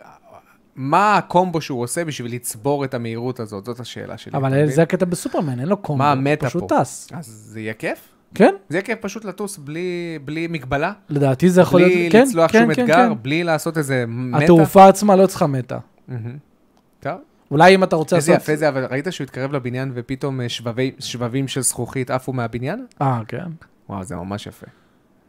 מה הקומבו שהוא עושה בשביל לצבור את המהירות הזאת? זאת השאלה שלי. אתה אבל מבין? זה הקטע בסופרמן, אין לו קומבו, מה הוא המטה פשוט פה? טס. אז זה יהיה כיף? כן, זה יהיה כיף פשוט לטוס בלי, בלי מגבלה? לדעתי זה יכול בלי להיות, כן, לצלוח כן, שום כן, אתגר? כן. בלי לעשות איזה מטה? התעופה עצמה לא צריכה מטה. מהמם. טוב, אולי אם אתה רוצה איזה לעשות... יפה זה, אבל ראית שהוא התקרב לבניין ופתאום אה, שבבי- שבבים של זכוכית עפו מהבניין? אה, כן. וואו, זה ממש יפה.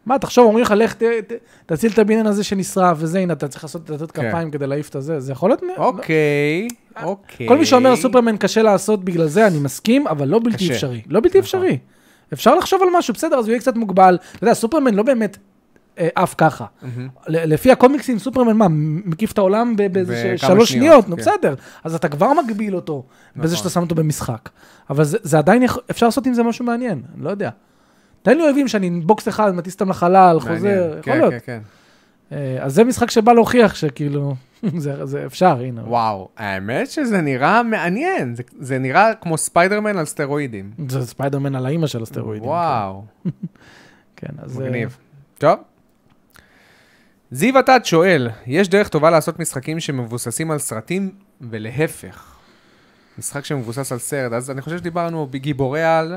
מה, תחשוב, אומרים לך, לך ת- ת- תציל את הבניין הזה שנשרף, וזה, הנה, אתה צריך לעשות לתת כן. כפיים כדי להעיף את הזה, זה יכול להיות... אוקיי, אוקיי. לא- אה, כל מי שאומר סופרמן קשה לעשות בגלל זה, אני מסכים, אבל לא בלתי קשה. אפשרי. לא בלתי נכון. אפשרי. אפשר לחשוב על משהו, בסדר, אז הוא יהיה קצת מוגבל. אתה יודע, סופרמן לא באמת אה, עף ככה. מהמם. ל- לפי הקומיקסים, סופרמן, מה, מקיף את העולם ב- באיזה ש- בכמה שלוש שניות, שניות, נו כן. בסדר. אז אתה כבר מגביל אותו בזה נכון. שאתה שם אותו במשחק. אבל זה- זה עדיין, יכול- אפשר לעשות עם זה משהו מעניין, אני לא יודע. תן לי אויבים שאני בוקס אחד, מטיס אותם לחלל, מעניין. חוזר, יכול כן, להיות. כן, כן. אה, אז זה משחק שבא להוכיח שכאילו, זה זה אפשר, הנה. וואו, האמת שזה נראה מעניין. זה- זה נראה כמו ספיידרמן על סטרואידים. זה ספיידרמן על האימא של הסטרואידים. וואו. כן, אז... אה, מגניב. טוב. זיו עתת שואל, יש דרך טובה לעשות משחקים שמבוססים על סרטים ולהפך. משחק שמבוסס על סרט, אז אני חושב שדיברנו בגיבורי על,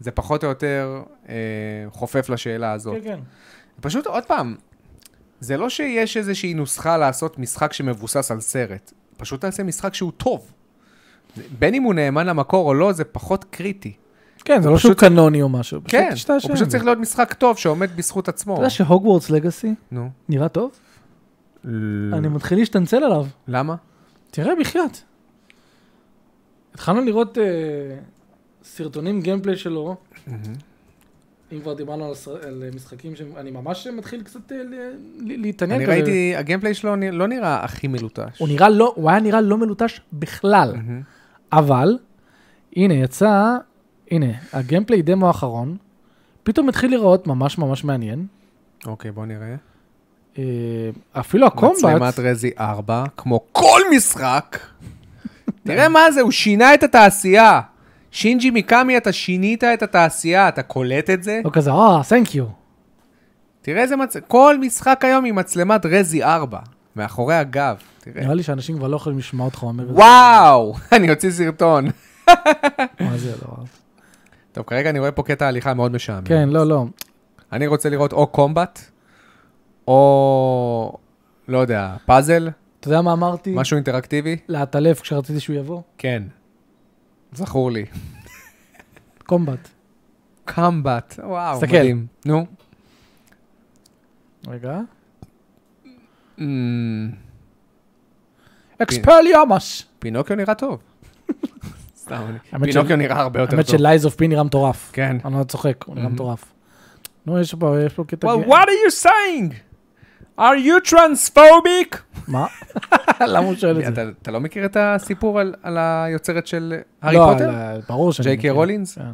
זה פחות או יותר אה, חופף לשאלה הזאת. כן, כן. פשוט עוד פעם, זה לא שיש איזושהי נוסחה לעשות משחק שמבוסס על סרט, פשוט תעשה משחק שהוא טוב. זה- בין אם הוא נאמן למקור או לא, זה פחות קריטי. כן, זה לא שהוא קנוני או משהו. פשוט כן, תשתעשע הוא פשוט עם צריך זה. להיות משחק טוב שעומד בזכות אתה עצמו. יודע שהוגוורטס לגאסי נו. נראה טוב? לא. אני מתחיל להשתנצל עליו. למה? תראה, בחייאת. התחלנו לראות אה, סרטונים גיימפליי שלו, אם כבר דיברנו על הסר- על אה, משחקים שאני ממש מתחיל קצת אה, ל- ל- להתעניין. אני כזה. ראיתי, הגיימפליי שלו נ- לא נראה הכי מלוטש. הוא נראה לא, הוא היה נראה לא מלוטש בכלל. מהמם. אבל, הנה, יצא, הנה, הגיימפליי דמו האחרון, פתאום התחיל להיראות ממש ממש מעניין. אוקיי, בוא נראה. אה, אפילו מצלמת הקומבט, רזי 4, כמו כל משחק. תראה מה זה, הוא שינה את התעשייה. שינג'י מיקאמי, אתה שינית את התעשייה, אתה קולט את זה? הוא כזה, אה, תנק יו. תראה איזה מצ... כל משחק היום עם מצלמת רזי 4, מאחורי הגב, תראה. נראה לי שאנשים כבר לא יכולים לשמוע אותך אומר את זה. וואו, אני אוציא סרטון. מה זה הדבר הזה? טוב, כרגע אני רואה פה קטע הליכה מאוד משעמם. כן, לא, לא. אני רוצה לראות או קומבט, או... לא יודע, פאזל, אתה יודע מה אמרתי? משהו אינטראקטיבי? לעטלף כשרציתי שהוא יבוא? כן. זכור לי. קומבט. קמבט, וואו, תסתכל. מדהים. נו. רגע. Mm, אקספליומש! פינוקיו נראה טוב. סתם, אני- האמת פינוקיו של- נראה הרבה יותר האמת טוב. שלייז אוף פי נראה מטורף. כן. אני לא צוחק, הוא נראה Mhm. מטורף. נו, יש פה, יש פה קטע... Well, גיי- what are you saying? Are you transphobic? מה? למה הוא שואל את זה? אתה- אתה לא מכיר את הסיפור על- על היוצרת של הארי לא, פוטר? על ה- ברור שאני... ג'יי קיי מכיר. רולינס? כן.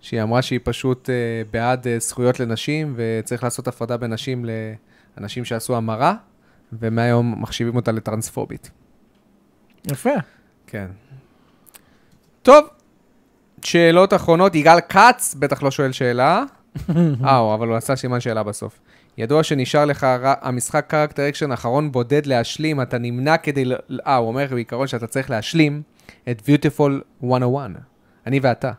שהיא אמרה שהיא פשוט אה, בעד אה, זכויות לנשים, וצריך לעשות הפרדה בין נשים לאנשים שעשו המרה, ומהיום מחשיבים אותה לטרנספובית. יפה. כן. טוב, שאלות אחרונות. יגאל כץ בטח לא שואל שאלה. אה, הוא- אבל הוא עשה סימן שאלה בסוף. ידוע שנשאר לך ר- המשחק קרקטר אקשן האחרון בודד להשלים, אתה נמנע כדי... ל- ל- אה, הוא אומר בעיקרון שאתה צריך להשלים את Beautiful 101. אני ואתה.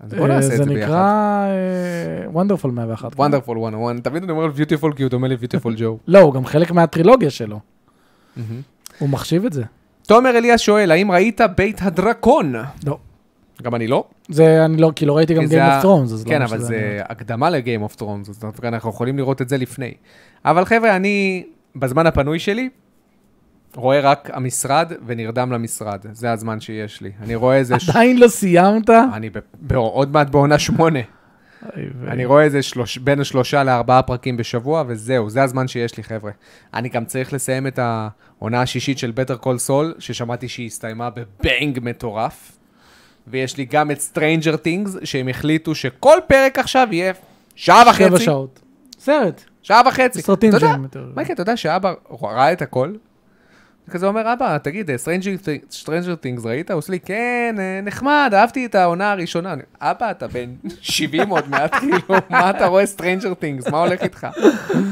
אז בוא אה, נעשה את זה זה ביחד. נקרא אה, וונדרפול 101. כן? Wonderful 101. תמיד אני אומר Beautiful כי הוא דומה ל-Beautiful Joe. לא, הוא גם חלק מהטרילוגיה שלו. הוא מחשיב את זה. תומר אליאס שואל, האם ראית בית הדרקון? לא. גם אני לא. זה אני לא, כי לא ראיתי גם כי Game ה- of Thrones, אז לא כן, למה אבל שזה- זה הקדמה לגיים אוף תרונס, אז דווקא אנחנו יכולים לראות את זה לפני. אבל חבר'ה, אני, בזמן הפנוי שלי, רואה רק המשרד ונרדם למשרד. זה הזמן שיש לי. אני רואה איזה... ש- עדיין לא סיימת? אני ב- ב- עוד מעט בעונה שמונה. אוי, ו- אני רואה איזה שלוש, בין שלושה לארבעה פרקים בשבוע, וזהו, זה הזמן שיש לי, חבר'ה. אני גם צריך לסיים את העונה השישית של בטר קול סול, ששמעתי שהיא הסתיימה בבנג מטורף. ויש לי גם את Stranger Things, שהם החליטו שכל פרק עכשיו יהיה שעה שבע וחצי. שעות. סרט, שעה וחצי. סרטים אתה יודע, שהם יותר... מייקל, אתה יודע שאבא ראה את הכל? כזה אומר, אבא, תגיד, אה, Stranger Thi- Stranger Things ראית? הוא עושה לי, כן, אה, נחמד, אהבתי את העונה הראשונה. אני, אבא, אתה בן 70 עוד מעט, כאילו, מה אתה רואה Stranger Things? מה הולך איתך?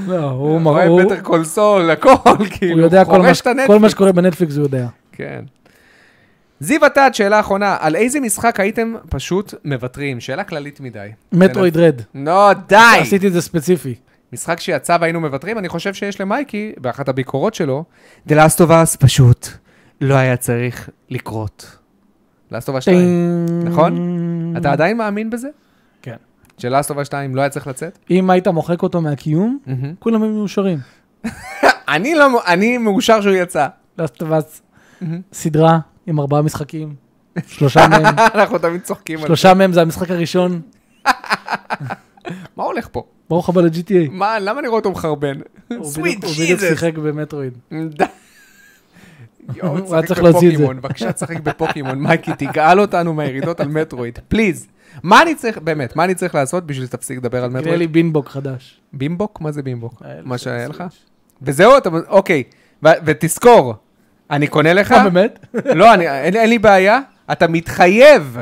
לא, הוא אתה מראה, אה, רואה בטר קול סול, הכל, הוא כאילו, יודע כל מה חורש ש- את הנטפליקס. כל מה שקורה בנטפליקס הוא יודע. כן. זיו עתד, שאלה אחרונה, על איזה משחק הייתם פשוט מוותרים? שאלה כללית מדי. מטרויד רד. לא, די! עשיתי את זה ספציפי. משחק שיצא והיינו מוותרים, אני חושב שיש למייקי, באחת הביקורות שלו, The Last of Us פשוט לא היה צריך לקרות. Last of Us 2. נכון? אתה עדיין מאמין בזה? כן. ש Last of Us 2 לא היה צריך לצאת? אם היית מוחק אותו מהקיום, כולם היו מאושרים. אני לא, מ- אני מאושר שהוא יצא. Last of Us, סדרה עם ארבעה משחקים, שלושה מהם, אנחנו תמיד צוחקים על זה. שלושה מהם זה המשחק הראשון, מה הולך פה? ברוך הבא ל-GTA. מה, למה אני רואה אותו מחרבן? הוא סוויט בדיוק- הוא בדיוק ג'יזוס. שיחק במטרואיד. די. יואו, הוא היה תשחק צריך להוציא את זה. בפוקימון, בבקשה תשחק בפוקימון, מייקי, תגאל אותנו מהירידות על מטרואיד, פליז. מה אני צריך, באמת, מה אני צריך לעשות בשביל שתפסיק לדבר על קנה לי אה, לא, מטרואיד? בינבוק חדש. בימבוק? מה זה בימבוק? היה לי מה של שהיה לך? הסוויץ'. וזהו, אתה, אוקיי, ו- ותזכור, אני קונה לך, אה, באמת? לא, אני- אין אין לי בעיה, אתה מתחייב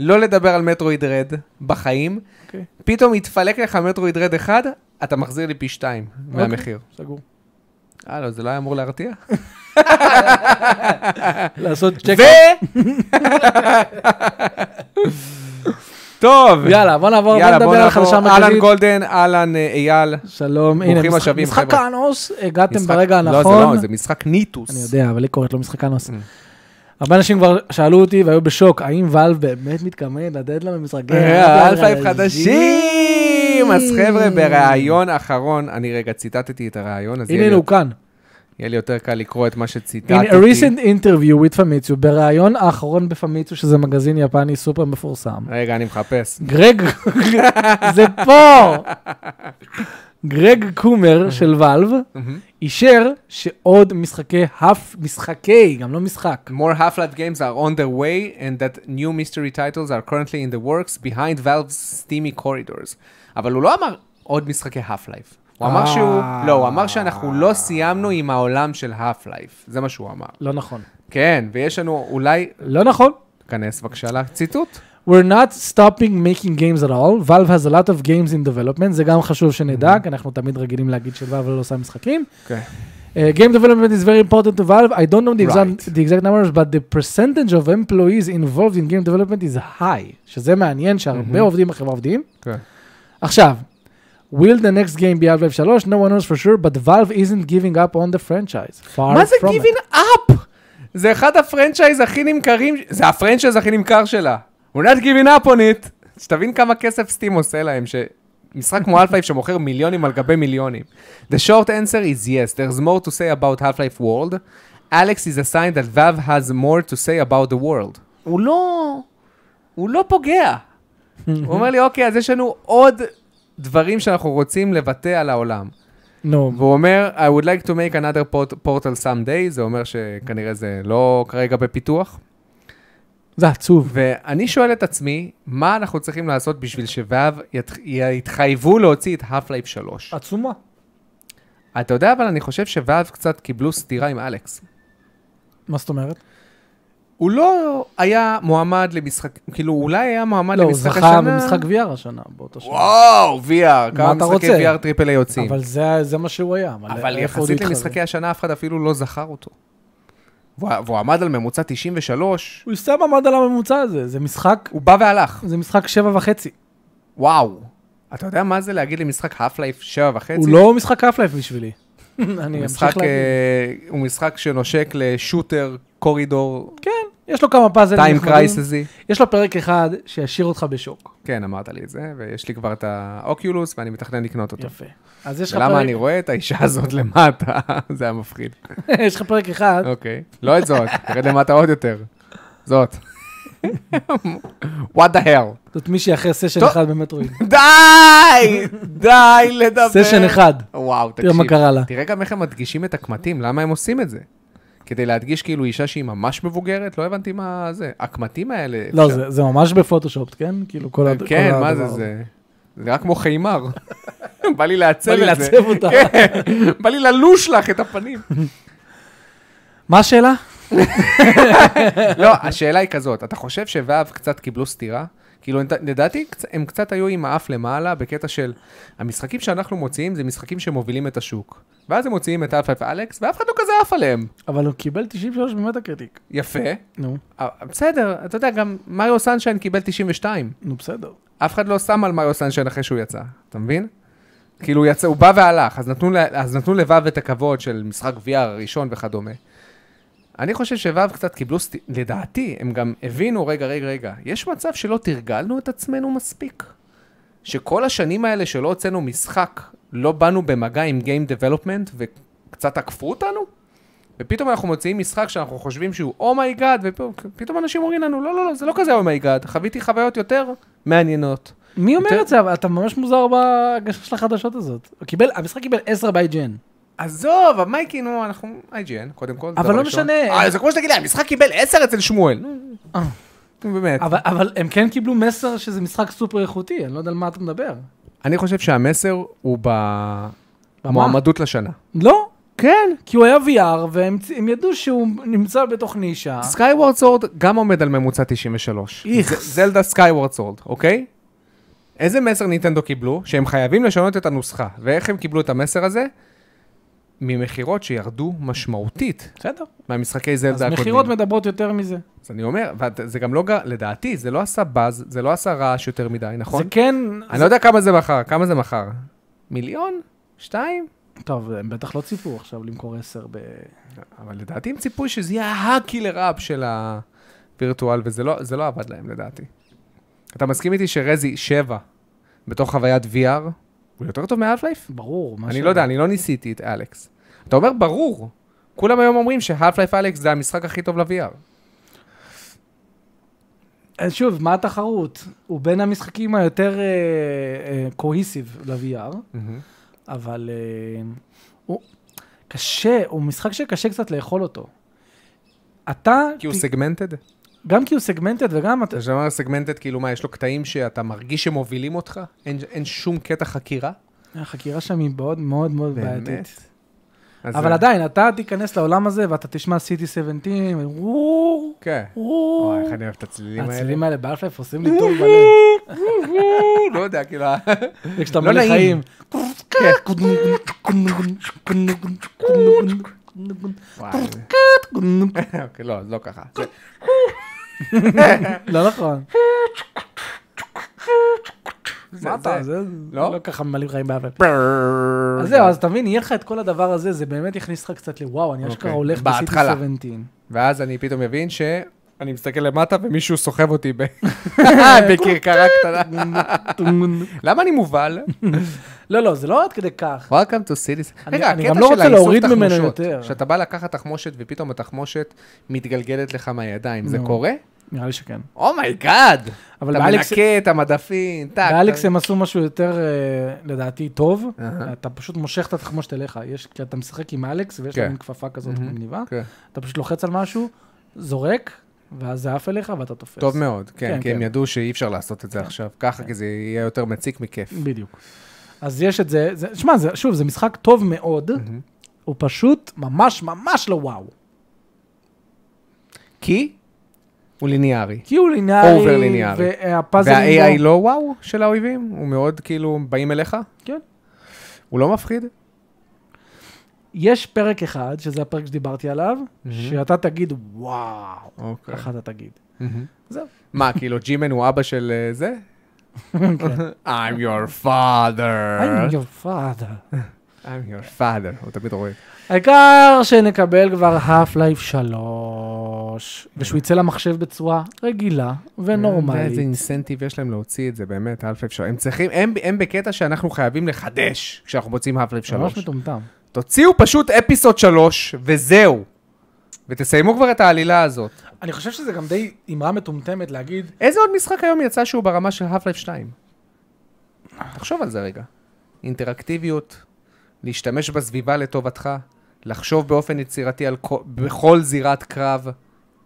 לא לדבר על מטרואיד רד בחיים, אוקיי. פתאום התפלק לך מטרואיד רד אחד, אתה מחזיר לי פי שתיים אוקיי. מהמחיר. סגור. אה, לא, זה לא היה אמור להרתיע? לעשות צ'ק. ו... טוב. יאללה, בוא נעבור, בוא יאללה, נדבר על חדשה אהלן מרכזית. גולדן, אהלן אה, אייל. שלום, הנה, ברוכים משחק- השבים, משחק חבר'ה. האנוס, הגעתם משחק- ברגע לא, זה הנכון. לא, זה משחק ניטוס. אני יודע, אבל לי קוראת לו משחק אנוס. Mm. הרבה אנשים כבר שאלו אותי והיו בשוק, האם ואלב באמת מתכוון לתת לנו משחקי אה, אלפיים חדשים! אז חבר'ה, בריאיון אחרון, אני רגע ציטטתי את הריאיון, אז יהיה הנה לי הוא כאן. יהיה לי יותר קל לקרוא את מה In שציטטתי. a recent interview with פמיציו, בריאיון האחרון בפמיציו, שזה מגזין יפני סופר מפורסם, רגע, אני מחפש. גרג, זה פה! גרג קומר של ואלב אישר שעוד משחקי האף, משחקי, גם לא משחק. More Half-Life games are on their way, and that new mystery titles are currently in the works behind Valve's steamy corridors. אבל הוא לא אמר עוד משחקי Half-Life. הוא אמר שהוא, אה. לא, הוא אמר שאנחנו לא סיימנו עם העולם של Half-Life. זה מה שהוא אמר. לא נכון. כן, ויש לנו אולי, לא נכון. כנס בבקשה לציטוט. We're not stopping making games at all. Valve has a lot of games in development, זה גם חשוב שנדע, Mm-hmm. כי אנחנו תמיד רגילים להגיד שוואלב לא עושה משחקים. כן. Uh, game development is very important to Valve. I don't know the exact, Right. the exact numbers, but the percentage of employees involved in game development is high. שזה מעניין שהרבה Mhm. עובדים בחברה עובדים. כן. עכשיו, will the next game be Half-Life 3? No one knows for sure, but Valve isn't giving up on the franchise. Far מה זה from it. giving up? זה אחד הפרנצ'ייז הכי נמכרים, זה הפרנצ'ייז הכי נמכר שלה. We're not giving up on it. שתבין כמה כסף סטים עושה להם, ש... משחק כמו Half-Life שמוכר מיליונים על גבי מיליונים. The short answer is yes, there's more to say about Half-Life world. Alex is a sign that Valve has more to say about the world. הוא לא... הוא לא פוגע. הוא אומר לי, אוקיי, אז יש לנו עוד דברים שאנחנו רוצים לבטא על העולם. נו, והוא אומר, I would like to make another port- portal someday, זה אומר שכנראה זה לא כרגע בפיתוח. זה עצוב. ואני שואל את עצמי, מה אנחנו צריכים לעשות בשביל שוואב ית- יתחייבו להוציא את Half-Life 3? עצומה. אתה יודע, אבל אני חושב שוואב קצת קיבלו סטירה עם אלכס. מה זאת אומרת? הוא לא היה מועמד למשחק, כאילו, אולי היה מועמד לא, הוא למשחק זכה השנה. במשחק VR השנה, באותו שנה. וואו, VR, כמה אתה משחקי רוצה? VR טריפל איי יוצאים. אבל זה- זה מה שהוא היה. אבל איפה הוא יחסית התחרה? למשחקי השנה, אף אחד אפילו לא זכר אותו. והוא והוא עמד על ממוצע 93, הוא סתם עמד על הממוצע הזה, זה משחק, הוא בא והלך. זה משחק שבע וחצי. וואו. אתה יודע מה זה להגיד לי משחק האף-לייף שבע וחצי? הוא לא משחק האפלייף בשבילי. אני הוא אמשיך משחק, להגיד. אה, הוא משחק שנושק לשוטר, קורידור, כן, יש לו כמה פאזלים. טיים נחמדים. קרייססי. יש לו פרק אחד שישאיר אותך בשוק. כן, אמרת לי את זה, ויש לי כבר את האוקיולוס, ואני מתכנן לקנות אותו. יפה. אז יש לך ולמה אני פרק- רואה את האישה הזאת למטה? זה היה מפחיד. יש לך פרק אחד, אוקיי. לא את זאת, תרד למטה עוד יותר. זאת. What the hell? זאת מישהי אחרי סשן טוב. אחד במטרואיד. די! די לדבר. סשן אחד. וואו, תקשיב. תראה מה קרה לה. תראה גם איך הם מדגישים את הקמטים, למה הם עושים את זה? כדי להדגיש כאילו אישה שהיא ממש מבוגרת? לא הבנתי מה זה. הקמטים האלה... לא, אפשר- זה- זה ממש בפוטושופט, כן? כאילו כל הד- כל כן, מה זה הדבר הזה. זה? זה נראה כמו חימר. בא לי לעצב בא את לי זה. לעצב אותה. כן, בא לי ללוש לך את הפנים. מה השאלה? לא, השאלה היא כזאת, אתה חושב שוואב קצת קיבלו סטירה? כאילו, נת- לדעתי, קצ- הם קצת היו עם האף למעלה בקטע של המשחקים שאנחנו מוציאים זה משחקים שמובילים את השוק. ואז הם מוציאים את אלפייב אלכס, ואף אחד לא כזה עף עליהם. אבל הוא קיבל 93 במטה קריטיק. יפה. נו, אה, בסדר, אתה יודע, גם מריו סנשיין קיבל 92. נו בסדר. אף אחד לא שם על מריו סנשיין אחרי שהוא יצא, אתה מבין? כאילו, הוא יצא, הוא בא והלך, אז נתנו, ל- אז נתנו לוו את הכבוד של משחק VR הראשון וכדומה. אני חושב שוו קצת קיבלו, סט... לדעתי, הם גם הבינו, רגע, רגע, רגע, יש מצב שלא תרגלנו את עצמנו מספיק? שכל השנים האלה שלא הוצאנו משחק, לא באנו במגע עם Game Development וקצת עקפו אותנו? ופתאום אנחנו מוציאים משחק שאנחנו חושבים שהוא אומייגאד, ופתאום אנשים אומרים לנו, לא, לא, לא, זה לא כזה אומייגאד, חוויתי חוויות יותר מעניינות. מי אומר יותר- את זה? אבל אתה ממש מוזר בהגשה של החדשות הזאת. הוא קיבל, המשחק קיבל 10 ב-IGN. עזוב, המייק, נו, אנחנו IGN, קודם כל. זה אבל דבר לא ראשון. משנה. אה, זה כמו שתגיד לי, המשחק קיבל 10 אצל שמואל. נו, אה. נו, באמת. אבל, אבל הם כן קיבלו מסר שזה משחק סופר איכותי, אני לא יודע על מה אתה מדבר. אני חושב שהמסר הוא במועמדות לשנה. לא, כן. כי הוא היה VR, והם הם ידעו שהוא נמצא בתוך נישה. סקייוורד סורד גם עומד על ממוצע 93. איכס. ז- זלדה סקייוורד סורד, אוקיי? איזה מסר ניטנדו קיבלו? שהם חייבים לשנות את הנוסחה. ואיך הם קיבלו את המסר הזה? ממכירות שירדו משמעותית בסדר. מהמשחקי אז זלדה הקודמים. מכירות מדברות יותר מזה. אז אני אומר, וזה גם לא, ג- לדעתי, זה לא עשה באז, זה לא עשה רעש יותר מדי, נכון? זה כן... אני לא יודע כמה זה מכר, כמה זה מכר? מיליון? שתיים? טוב, הם בטח לא ציפו עכשיו למכור 10 ב... אבל לדעתי הם ציפו שזה יהיה הקילר אפ של הווירטואל, וזה לא, זה לא עבד להם לדעתי. אתה מסכים איתי שרזי 7 בתוך חוויית VR הוא יותר טוב מאלף לייף? ברור, מה אני ש- לא יודע, אני לא ניסיתי את אלכס. אתה אומר ברור, כולם היום אומרים שהאלף לייף אלכס זה המשחק הכי טוב ל-VR. אז אה, שוב, מה התחרות? הוא בין המשחקים היותר אה, קוהיסיב ל-VR, אבל אה, הוא קשה, הוא משחק שקשה קצת לאכול אותו. אתה, כי הוא ת- סגמנטד? גם כי הוא סגמנטד וגם אתה... אתה שומע סגמנטד, כאילו מה, יש לו קטעים שאתה מרגיש שמובילים אותך? אין אין שום קטע חקירה? החקירה שם היא מאוד מאוד מאוד באמת? בעייתית. אז אבל זה- עדיין, אתה תיכנס לעולם הזה ואתה תשמע סיטי 17, וואו, כן. וואו. וואי, איך אני אוהב את הצלילים האלה. הצלילים האלה באלפלייף עושים לי טוב בלב. לא יודע, כאילו... וכשאתה לא מלא נעים. חיים. כן. אוקיי, לא, זה לא ככה. זה- לא נכון. זה- מה אתה? זה- זה לא? לא ככה ממלאים חיים באלפלייף. אז זהו, אז תבין, יהיה לך את כל הדבר הזה, זה באמת יכניס לך קצת לוואו, אני אשכרה אוקיי. הולך בסיטי בהתחלה. 17. ואז אני פתאום מבין ש... אני מסתכל למטה ומישהו סוחב אותי ב- בכרכרה קטנה. למה אני מובל? לא, לא, זה לא עד כדי כך. Welcome to cities. אני- רגע, אני הקטע גם לא של רוצה האיסוף להוריד ממנו תחמושות, יותר. שאתה בא לקחת תחמושת ופתאום התחמושת מתגלגלת לך מהידיים, זה נו. קורה? Oh נראה לי שכן. אומייגאד! אבל אתה באלכס- מנקה את המדפים, טאק. באלכס טאק. הם עשו משהו יותר, אה, לדעתי, טוב. אהה. אתה פשוט מושך את התחמושת אליך. יש- כי אתה משחק עם אלכס, ויש כן. להם כפפה כזאת מהמם. מגניבה. כן. אתה פשוט לוחץ על משהו, זורק, ואז זה עף אליך ואתה תופס. טוב מאוד, כן, כן, כי הם כן. ידעו שאי אפשר לעשות את זה עכשיו ככה, כי זה יהיה יותר מציק מכיף. בדיוק. אז יש את זה, זה שמע, זה, שוב, זה משחק טוב מאוד, מהמם. הוא פשוט ממש ממש לא וואו. כי הוא ליניארי. כי הוא לינארי, אובר לינארי. והפאזלים וה-AI לא וואו של האויבים? הוא מאוד כאילו, באים אליך? כן. הוא לא מפחיד? יש פרק אחד, שזה הפרק שדיברתי עליו, שאתה תגיד וואו, אוקיי. ככה אתה תגיד. מהמם. זהו. מה, כאילו ג'ימן הוא אבא של אה, זה? I'm your father. כן. I'm your father. I'm your father. הוא תמיד רואה. העיקר שנקבל כבר half life 3, ושהוא יצא למחשב בצורה רגילה איזה ונורמלית. אינסנטיב יש להם להוציא את זה, באמת, האלף אפשר. הם צריכים, הם- הם בקטע שאנחנו חייבים לחדש כשאנחנו מוצאים האלף ממש שלוש. מטומטם. תוציאו פשוט אפיסוד 3, וזהו. ותסיימו כבר את העלילה הזאת. אני חושב שזה גם די אמרה מטומטמת להגיד, איזה עוד משחק היום יצא שהוא ברמה של האף-לייף 2? תחשוב על זה רגע. אינטראקטיביות, להשתמש בסביבה לטובתך, לחשוב באופן יצירתי על כל, בכל זירת קרב.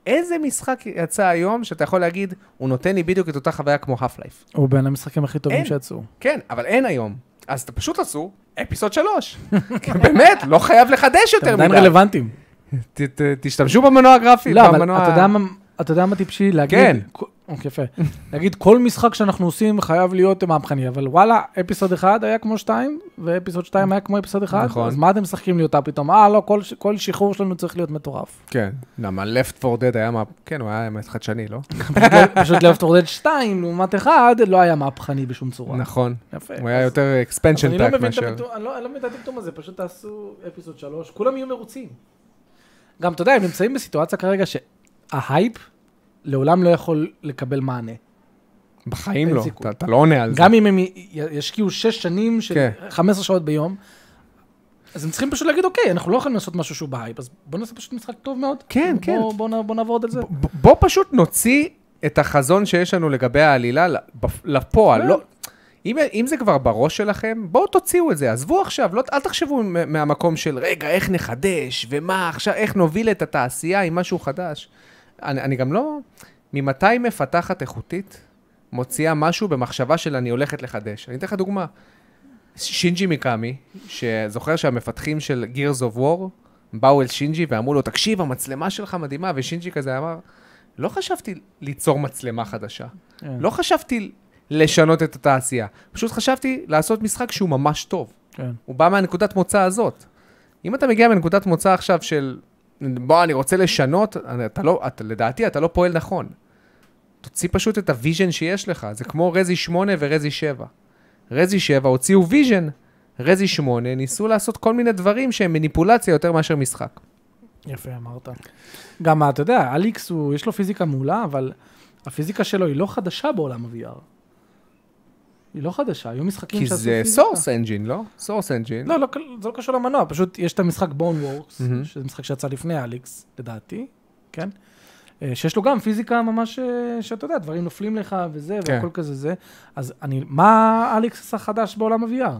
איזה משחק יצא היום שאתה יכול להגיד, הוא נותן לי בדיוק את אותה חוויה כמו האף-לייף? הוא בין המשחקים הכי אין. טובים שיצאו. כן, אבל אין היום. אז אתה פשוט עשו אפיסוד 3. באמת, לא חייב לחדש אתם יותר עדיין מדי. רלוונטיים. ת- ת- תשתמשו במנוע הגרפי, לא, אבל במנוע... אתה יודע מה- אתה יודע מה טיפשי? להגיד... כן. כ- אוקיי, יפה. להגיד, כל משחק שאנחנו עושים חייב להיות מהפכני, אבל וואלה, אפיסוד 1 היה כמו 2, ואפיסוד 2 היה כמו אפיסוד 1, נכון. אז מה אתם משחקים לי אותה פתאום? אה, לא, כל ש- כל שחרור שלנו צריך להיות מטורף. כן, למה Left 4 Dead היה מה... כן, הוא היה באמת חדשני, לא? פשוט Left 4 Dead 2 לעומת 1 לא היה מהפכני בשום צורה. נכון. יפה. הוא היה אז- יותר אז אני expansion לא pack מבין את מאשר... הפתאום- אני לא- אני לא מבין את הטמטום הזה, פשוט תעשו אפיסוד 3, כולם יהיו מרוצים. גם, אתה יודע, הם נמצאים בסיטואציה כרגע שההייפ לעולם לא יכול לקבל מענה. בחיים אין לא, סיכוי. אתה- אתה לא עונה על זה. גם אם הם י- ישקיעו 6 שנים של כן. 15 שעות ביום, אז הם צריכים פשוט להגיד, אוקיי, אנחנו לא יכולים לעשות משהו שהוא בהייפ, אז בוא נעשה פשוט משחק טוב מאוד. כן, בוא- כן. בוא נ- בוא נעבוד על זה. ב- בוא פשוט נוציא את החזון שיש לנו לגבי העלילה ל- בפ- לפועל. כן. לא- אם, אם זה כבר בראש שלכם, בואו תוציאו את זה, עזבו עכשיו, לא, אל תחשבו מ- מהמקום של רגע, איך נחדש, ומה עכשיו, איך נוביל את התעשייה עם משהו חדש. אני, אני גם לא... ממתי מפתחת איכותית מוציאה משהו במחשבה של אני הולכת לחדש? אני אתן לך דוגמה. שינג'י מיקאמי, שזוכר שהמפתחים של Gears of War באו אל שינג'י ואמרו לו, תקשיב, המצלמה שלך מדהימה, ושינג'י כזה אמר, לא חשבתי ליצור מצלמה חדשה. כן, לא חשבתי לשנות את התעשייה. פשוט חשבתי לעשות משחק שהוא ממש טוב. כן. הוא בא מהנקודת מוצא הזאת. אם אתה מגיע מנקודת מוצא עכשיו של, בוא, אני רוצה לשנות, אני- אתה לא, אתה, לדעתי אתה לא פועל נכון. תוציא פשוט את הוויז'ן שיש לך, זה כמו רזי 8 ורזי 7. רזי 7 הוציאו ויז'ן, רזי 8 ניסו לעשות כל מיני דברים שהם מניפולציה יותר מאשר משחק. כן, יפה אמרת. גם אתה יודע, אליקס, הוא- יש לו פיזיקה מעולה, אבל הפיזיקה שלו היא לא חדשה בעולם ה-VR. היא לא חדשה, היו משחקים כי שעשו זה פיזיקה. סורס אנג'ין, לא? סורס אנג'ין. לא, לא, זה לא קשור למנוע, פשוט יש את המשחק בון וורקס, מהמם. שזה משחק שיצא לפני אליקס, לדעתי, כן? אה, שיש לו גם פיזיקה ממש, אה, שאתה יודע, דברים נופלים לך וזה, כן. והכל כזה זה. אז אני, מה אליקס עשה חדש בעולם ה-VR?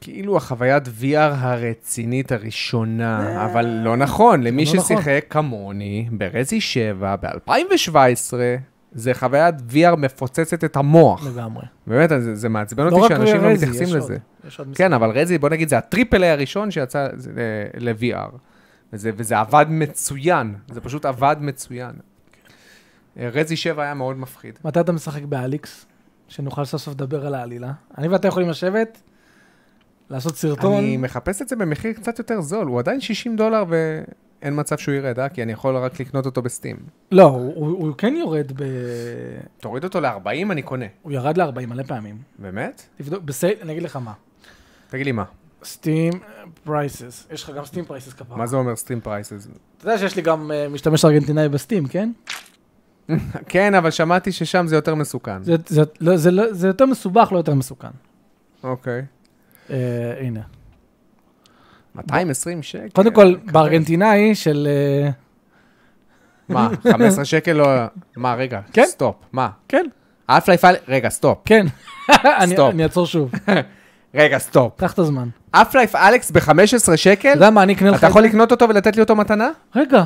כאילו החוויית VR הרצינית הראשונה, אבל לא נכון, למי אה, לא נכון. ששיחק כמוני ברזי 7 ב-2017, זה חוויית VR מפוצצת את המוח. לגמרי. באמת, זה, זה מעצבן לא רק אותי שאנשים לא ברזי, יש מתייחסים עוד. לזה. יש עוד משחק. כן, אבל רזי, בוא נגיד, זה הטריפל איי הראשון שיצא זה, אה, ל-VR. וזה, וזה עבד מצוין, זה פשוט עבד מצוין. אה, רזי 7 היה מאוד מפחיד. מתי אתה משחק באליקס? שנוכל סוף סוף לדבר על העלילה. אני ואתה יכולים לשבת, לעשות סרטון. אני מחפש את זה במחיר קצת יותר זול, הוא עדיין 60 דולר ואין מצב שהוא ירד, אה? כי אני יכול רק לקנות אותו בסטים. לא, הוא- הוא הוא כן יורד ב... תוריד אותו ל-40, אני קונה. הוא ירד ל-40 מלא פעמים. באמת? תבדוק, בסייל, אני אגיד לך מה. תגיד לי מה, סטים פרייסס, יש לך גם סטים פרייסס כפרה. מה זה אומר סטים פרייסס? אתה יודע שיש לי גם אה, משתמש ארגנטינאי בסטים, כן? כן, אבל שמעתי ששם זה יותר מסוכן. זה- זה- לא, זה לא- זה יותר מסובך, לא יותר מסוכן. אוקיי. אה, הנה. 220 שקל. קודם אה. כל, בארגנטינאי של... אה, מה, 15 שקל לא... מה, רגע, כן? סטופ, מה? כן, האפליי פייל... רגע, סטופ. כן. אני- סטופ. אני אעצור שוב, רגע, סטופ. קח את הזמן. אפלייף אלכס ב-15 אתה שקל? יודע מה, אני אקנה לך... כן. אתה את יכול זה. לקנות אותו ולתת לי אותו מתנה? רגע,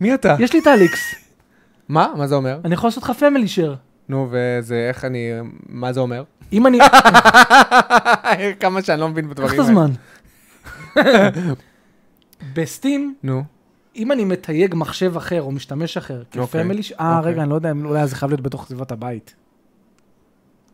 מי אתה? יש לי את אליקס, מה? מה זה אומר? אני יכול לעשות לך פמילי שייר. נו, וזה, איך אני... מה זה אומר? אם אני... כמה שאני לא מבין קח בדברים את הזמן. בסטים, נו, אם אני מתייג מחשב אחר או משתמש אחר אוקיי, כפמילי, ש- אה, אוקיי. רגע, אני לא יודע, אולי זה חייב להיות בתוך סביבת הבית.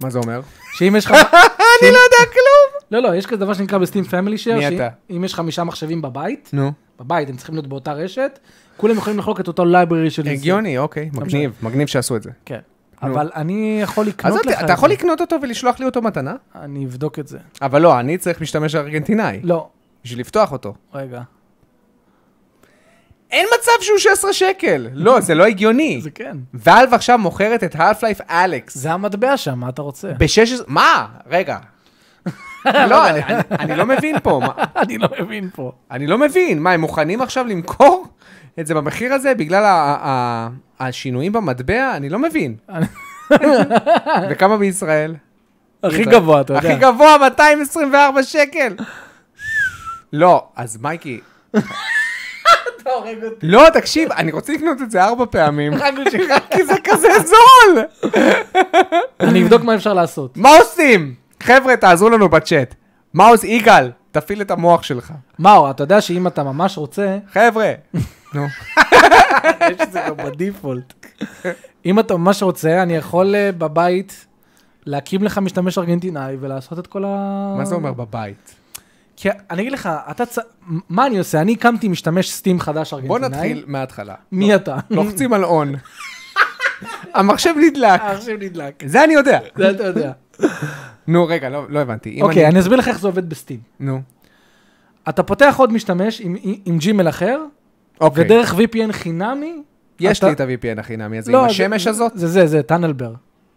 מה זה אומר? שאם יש לך... אני לא יודע כלום! לא, לא, יש כזה דבר שנקרא בסטים פמילי שייר, מי אתה? שאם יש חמישה מחשבים בבית, נו. בבית, הם צריכים להיות באותה רשת, כולם יכולים לחלוק את אותו לייברי של... זה. לא הגיוני, אוקיי, מגניב, מגניב שעשו את זה. כן. נו. אבל אני יכול אז לקנות אתה- לך... את אתה זה. יכול לקנות אותו ולשלוח לי אותו מתנה? אני אבדוק את זה. אבל לא, אני צריך משתמש ארגנטינאי, לא, בשביל לפתוח אותו. רגע. אין מצב שהוא 16 שקל! לא, זה לא הגיוני. זה כן. ואלב עכשיו מוכרת את האלפלייף אלכס. זה המטבע שם, מה אתה רוצה? ב-16... מה? רגע. לא, אני- אני- אני לא מבין פה. מה- אני לא מבין פה. אני לא מבין, מה, הם מוכנים עכשיו למכור את זה במחיר הזה בגלל ה- ה- ה- השינויים במטבע? אני לא מבין. וכמה בישראל? הכי גבוה, אתה יודע. הכי גבוה, 224 שקל. לא, אז מייקי, אתה הורג אותי. לא, תקשיב, אני רוצה לקנות את זה ארבע פעמים. כי זה כזה זול! אני אבדוק מה אפשר לעשות. מה עושים? חבר'ה, תעזרו לנו בצ'אט. מה עושים? יגאל, תפעיל את המוח שלך. מאור, אתה יודע שאם אתה ממש רוצה, חבר'ה. נו. יש את זה גם בדיפולט. אם אתה ממש רוצה, אני יכול אה, בבית להקים לך משתמש ארגנטינאי ולעשות את כל ה... מה זה אומר בבית? אה. כי אני אגיד לך, אתה צ... מה אני עושה? אני הקמתי משתמש סטים חדש בוא ארגנטינאי. נתחיל לא. מההתחלה. מי אתה? לוחצים על און. המחשב אה, נדלק. עכשיו נדלק. זה אני יודע. זה אתה יודע. נו, רגע, לא לא הבנתי. אם אוקיי, אני אסביר לך איך זה עובד בסטים. נו. אתה פותח עוד משתמש עם- עם- עם ג'ימל אחר, אוקיי. ודרך VPN חינמי... יש אתה- לי את ה-VPN החינמי הזה, לא, עם זה- השמש הזאת? זה זה, זה טאנלבר.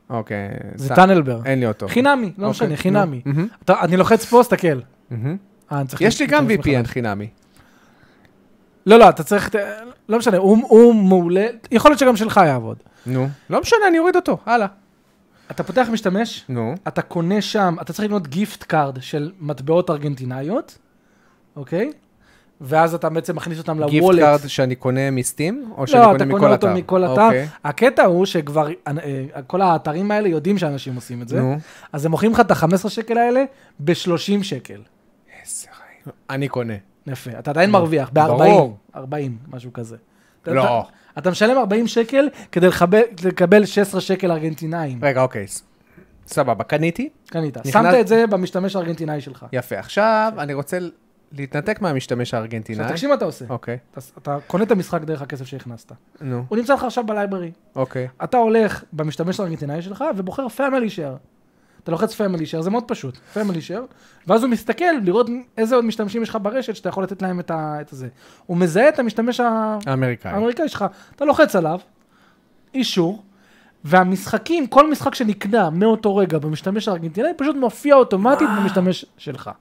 אוקיי. זה ס- טאנלבר. אין לי אותו. חינמי, לא אוקיי, משנה, נו. חינמי. מהמם. אתה- אני לוחץ פה, סתכל. מהמם. אה, אני צריך יש לי גם להיכנס VPN מחדש. חינמי. לא, לא, אתה צריך, ת- לא משנה, הוא הוא מעולה, יכול להיות שגם שלך יעבוד. נו. לא משנה, אני אוריד אותו, הלאה. אתה פותח משתמש, נו. אתה קונה שם, אתה צריך לקנות גיפט קארד של מטבעות ארגנטינאיות, אוקיי? ואז אתה בעצם מכניס אותם גיפט לוולט. קארד שאני קונה מסטים, או שאני לא, אתה קונה קונה מכל אותו אתר? מכל אתר. אוקיי. הקטע הוא שכבר, אה, כל האתרים האלה יודעים שאנשים עושים את זה. נו. אז הם מוכרים לך את ה-15 שקל האלה ב-30 שקל. איזה רעיון. אני קונה. יפה, אתה עדיין מרוויח, ב-40, ברור. 40, משהו כזה. אתה- לא. אתה- אתה משלם 40 שקל כדי לחבל- לקבל 16 שקל ארגנטינאים. רגע, אוקיי. ס- סבבה, קניתי. קנית, נכנס- אה, שמת את זה במשתמש הארגנטינאי שלך. יפה. עכשיו, אני רוצה להתנתק מהמשתמש עכשיו הארגנטינאי. תקשיב מה אתה עושה. אוקיי. אתה- אתה קונה את המשחק דרך הכסף שהכנסת. נו. הוא נמצא לך עכשיו בלייברי. אוקיי. אתה הולך במשתמש הארגנטינאי שלך ובוחר פמילי שייר. אתה לוחץ פמילי שייר, זה מאוד פשוט, פמילי שייר, ואז הוא מסתכל לראות איזה עוד משתמשים יש לך ברשת שאתה יכול לתת להם את ה- את הזה. הוא מזהה את המשתמש ה- האמריקאי. האמריקאי שלך, אתה לוחץ עליו, אישור, והמשחקים, כל משחק שנקנה מאותו רגע במשתמש הארגנטינאי, פשוט מופיע אוטומטית במשתמש שלך. כן.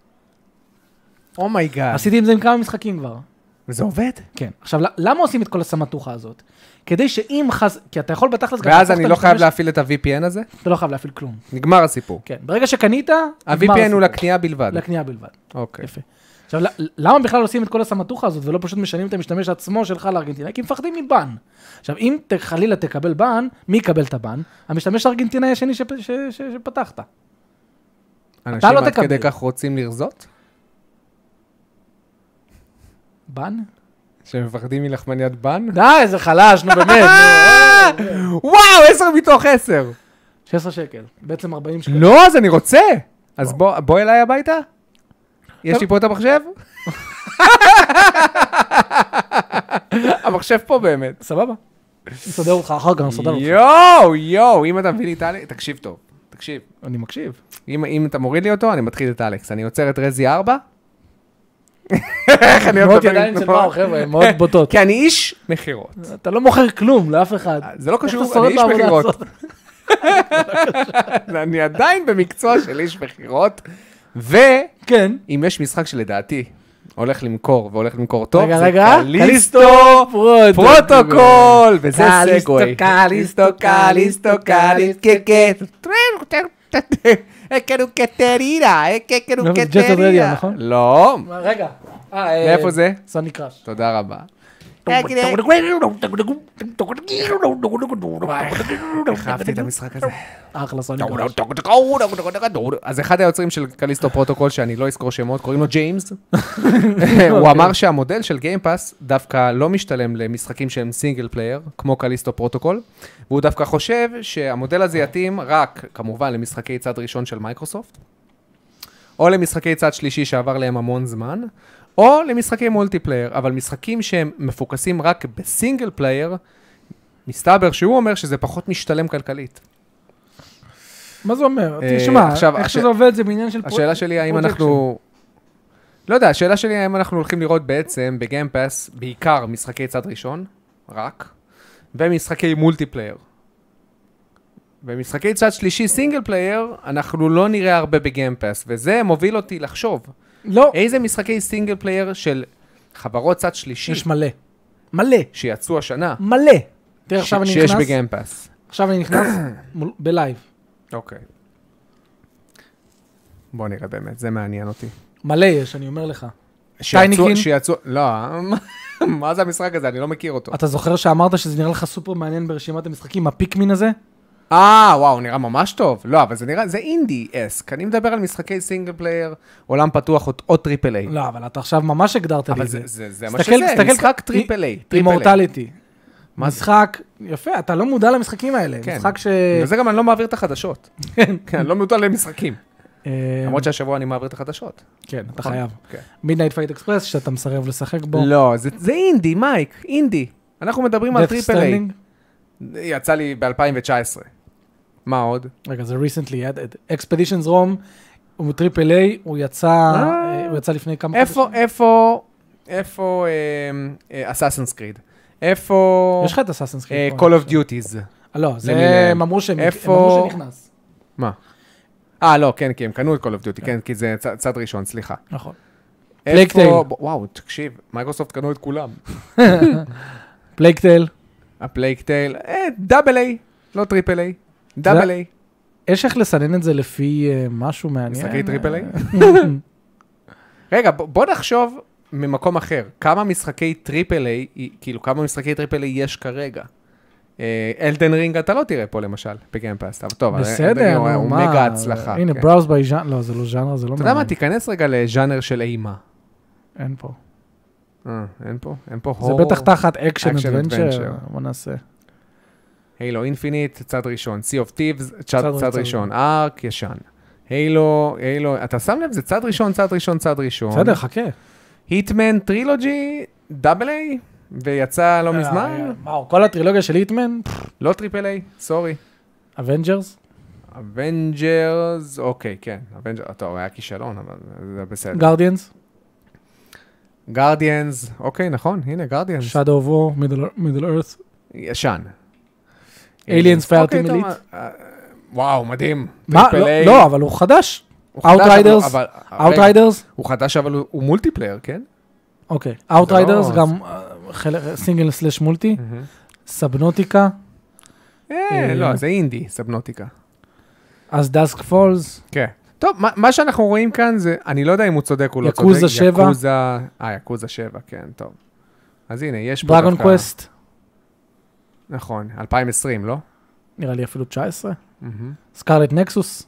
אומייגאד. עשיתי עם זה עם כמה משחקים כבר. Oh זה עובד? כן. עכשיו, ל- למה עושים את כל הסמטוחה הזאת? כדי שאם חס... כי אתה יכול בתכלס גם... ואז להפוך את אני לא חייב המשתמש- להפעיל את ה-VPN הזה? אתה לא חייב להפעיל כלום. נגמר הסיפור. כן. ברגע שקנית... נגמר ה-VPN הוא הסיפור. לקנייה בלבד. לקנייה בלבד. אוקיי. יפה. עכשיו, ל- למה בכלל עושים את כל הסמטוחה הזאת ולא פשוט משנים את המשתמש עצמו שלך לארגנטינאי? כי מפחדים מבן. עכשיו, אם ת- חלילה תקבל בן, מי יקבל את הבן? המשתמש הארגנטינאי השני שפ- ש- ש- שפתחת. אנשים לא עד תקבל. כדי כך רוצים לרזות? בן? שמפחדים מלחמניית בן? די, איזה חלש, נו באמת. נו. וואו, 10 מתוך 10. 16 שקל, בעצם 40 שקל. לא, אז אני רוצה. אז בוא- בוא אליי הביתה. יש לי פה את המחשב? המחשב פה באמת. סבבה. נסדר אותך אחר כך, נסדר אותך. יואו, יואו, אם אתה מביא לי את אלכס, תקשיב טוב, תקשיב. אני מקשיב. אם, אם אתה מוריד לי אותו, אני מתחיל את אלכס. אני עוצר את רזי 4. איך אני עוד תנועות מדבר עם ידיים של תנועות? מאור, חבר'ה, הן מאוד בוטות. כי אני איש מכירות. אתה לא מוכר כלום לאף אחד. זה לא איך אתה קשור, שורד אני איש בעבודה מכירות. הזאת? אני עדיין במקצוע של איש מכירות. ואם כן. יש משחק שלדעתי הולך למכור, והולך למכור טוב, רגע, זה רגע. קליסטו פרוטוקול. פרוטוקול, וזה קליסטו, סגווי. קליסטו, קליסטו, קליסטו, כן, לא, זה ג'ט רדיו, נכון? לא, מה, רגע. אה, אה, מאיפה זה? סוני קראש. תודה רבה. אוקיי. איך אהבתי את המשחק הזה. אחלה סוני לא קראש. אז אחד היוצרים של קליסטו פרוטוקול, שאני לא אזכור שמות, קוראים לו ג'יימס. הוא אמר שהמודל של גיימפאס דווקא לא משתלם למשחקים שהם סינגל פלייר, כמו קליסטו פרוטוקול, והוא דווקא חושב שהמודל הזה יתאים רק, כמובן, למשחקי צד ראשון של מייקרוסופט, או למשחקי צד שלישי שעבר להם המון זמן, או למשחקי מולטיפלייר, אבל משחקים שהם מפוקסים רק בסינגל פלייר, מסתבר שהוא אומר שזה פחות משתלם כלכלית. מה זה אומר? אה, תשמע, עכשיו, איך הש- שזה עובד זה בעניין של... פרו- השאלה שלי האם projection. אנחנו... לא יודע, השאלה שלי האם אנחנו הולכים לראות בעצם בגיימפאס בעיקר משחקי צד ראשון, רק, ומשחקי מולטיפלייר. במשחקי צד שלישי סינגל פלייר, אנחנו לא נראה הרבה בגיימפאס, וזה מוביל אותי לחשוב, לא, איזה משחקי סינגל פלייר של חברות צד שלישי יש מלא. מלא. שיצאו השנה, מלא. תראה, ש- עכשיו אני שיש נכנס, בגיימפאס. עכשיו אני נכנס מול- בלייב. אוקיי. בוא נראה באמת, זה מעניין אותי. מלא יש, אני אומר לך. שיצאו, טייניקין? שיצאו, לא, מה זה המשחק הזה? אני לא מכיר אותו. אתה זוכר שאמרת שזה נראה לך סופר מעניין ברשימת המשחקים, הפיקמין הזה? אה, וואו, נראה ממש טוב. לא, אבל זה נראה, זה אינדי אסק. אני מדבר על משחקי סינגל פלייר, עולם פתוח או- או טריפל איי. לא, אבל אתה עכשיו ממש הגדרת לי אבל את זה. זה- זה זה מה תסתכל- שזה, תסתכל- משחק טריפל איי. טריפל איי. אימורטליטי. משחק, יפה, אתה לא מודע למשחקים האלה. כן. משחק ש... בגלל זה גם אני לא מעביר את החדשות. כן, אני לא מוטל למשחקים. אה, למרות שהשבוע אני מעביר את החדשות. כן, אתה חייב. כן. מידנייט פייט אקספרס, שאתה מסרב לשחק בו. לא, זה זה אינדי, מייק, אינדי. אנחנו מדברים על Death טריפל איי. Stranding. יצא לי ב-2019. מה עוד? רגע, זה recently added. אקספדישנס רום, הוא טריפל איי, הוא יצא אה, הוא יצא לפני כמה איפה, איפה, איפה אה, אסאסינס קריד? איפה יש לך את הסאסנס אה, Call of Duties? לא, זה למיניהם. הם אמרו שהם הם איפה- אמרו שנכנס. מה? אה, לא, כן, כי הם קנו את Call of Duty, כן, כי זה צ- צד ראשון, סליחה. נכון. איפה- Plague ב- וואו, תקשיב, מייקרוסופט קנו את כולם. פלייקטייל. הפלייק טייל, דאבל איי, אה, לא טריפל איי, דאבל איי. יש איך לסנן את זה לפי אה, משהו מעניין? משחקי טריפל איי? אה, רגע, ב- בוא נחשוב ממקום אחר, כמה משחקי טריפל איי, כאילו, כמה משחקי טריפל איי יש כרגע? אלדן רינג אתה לא תראה פה למשל, בגיימפאסט, אבל טוב, אה, Elden Ring בסדר, הוא- נו, הוא מה? מגה הצלחה. הנה, כן. בראוז בי ז'אנר, לא, זה לא ז'אנר, זה לא אתה יודע מה, מעניין. תיכנס רגע לז'אנר של אימה. אין פה. אה, אין פה, אין פה זה הורור. בטח תחת אקשן Action אדוונצ'ר, Adventure. נכון. מה נעשה? הילו אינפיניט, צד ראשון, Sea of Thieves, צד, צד צד ראשון. ראשון, ארק, ישן. הילו, הילו, אתה שם לב, זה צד ראשון, צד ראשון, צד ראשון. בסדר, חכה. היטמן טרילוגי, דאבל איי, ויצא אה, לא מזמן, וואו, כל הטרילוגיה של היטמן, לא טריפל איי, סורי. אבנג'רס, אבנג'רס, אוקיי, כן, אבנג'רס, טוב, היה כישלון, אבל זה בסדר. גרדיאנס, גרדיאנס, אוקיי, נכון, הנה, גרדיאנס, Shadow of War, Middle Earth, ישן. Aliens אוקיי, Fireteam טוב, Elite. אה, וואו, מדהים. מה? טריפל לא- איי. לא, אבל הוא חדש. הוא חדש, Outriders? אבל- אבל- רגע, Outriders? הוא חדש, אבל הוא הוא מולטיפלייר, כן? אוקיי. Outriders לא- גם אה, חלק- סינגל סלאש מולטי. סבנוטיקה. אה, לא, זה אינדי, סבנוטיקה. אז דאסק פולס. כן. טוב, מה, מה שאנחנו רואים כאן זה, אני לא יודע אם הוא צודק או לא צודק. יקוזה שבע. יקוזה, אה, יקוזה 7, כן, טוב. אז הנה, יש פה דרגון דווקא- קווסט. נכון, 2020, לא? נראה לי אפילו 19. מהמם. סקארלט נקסוס.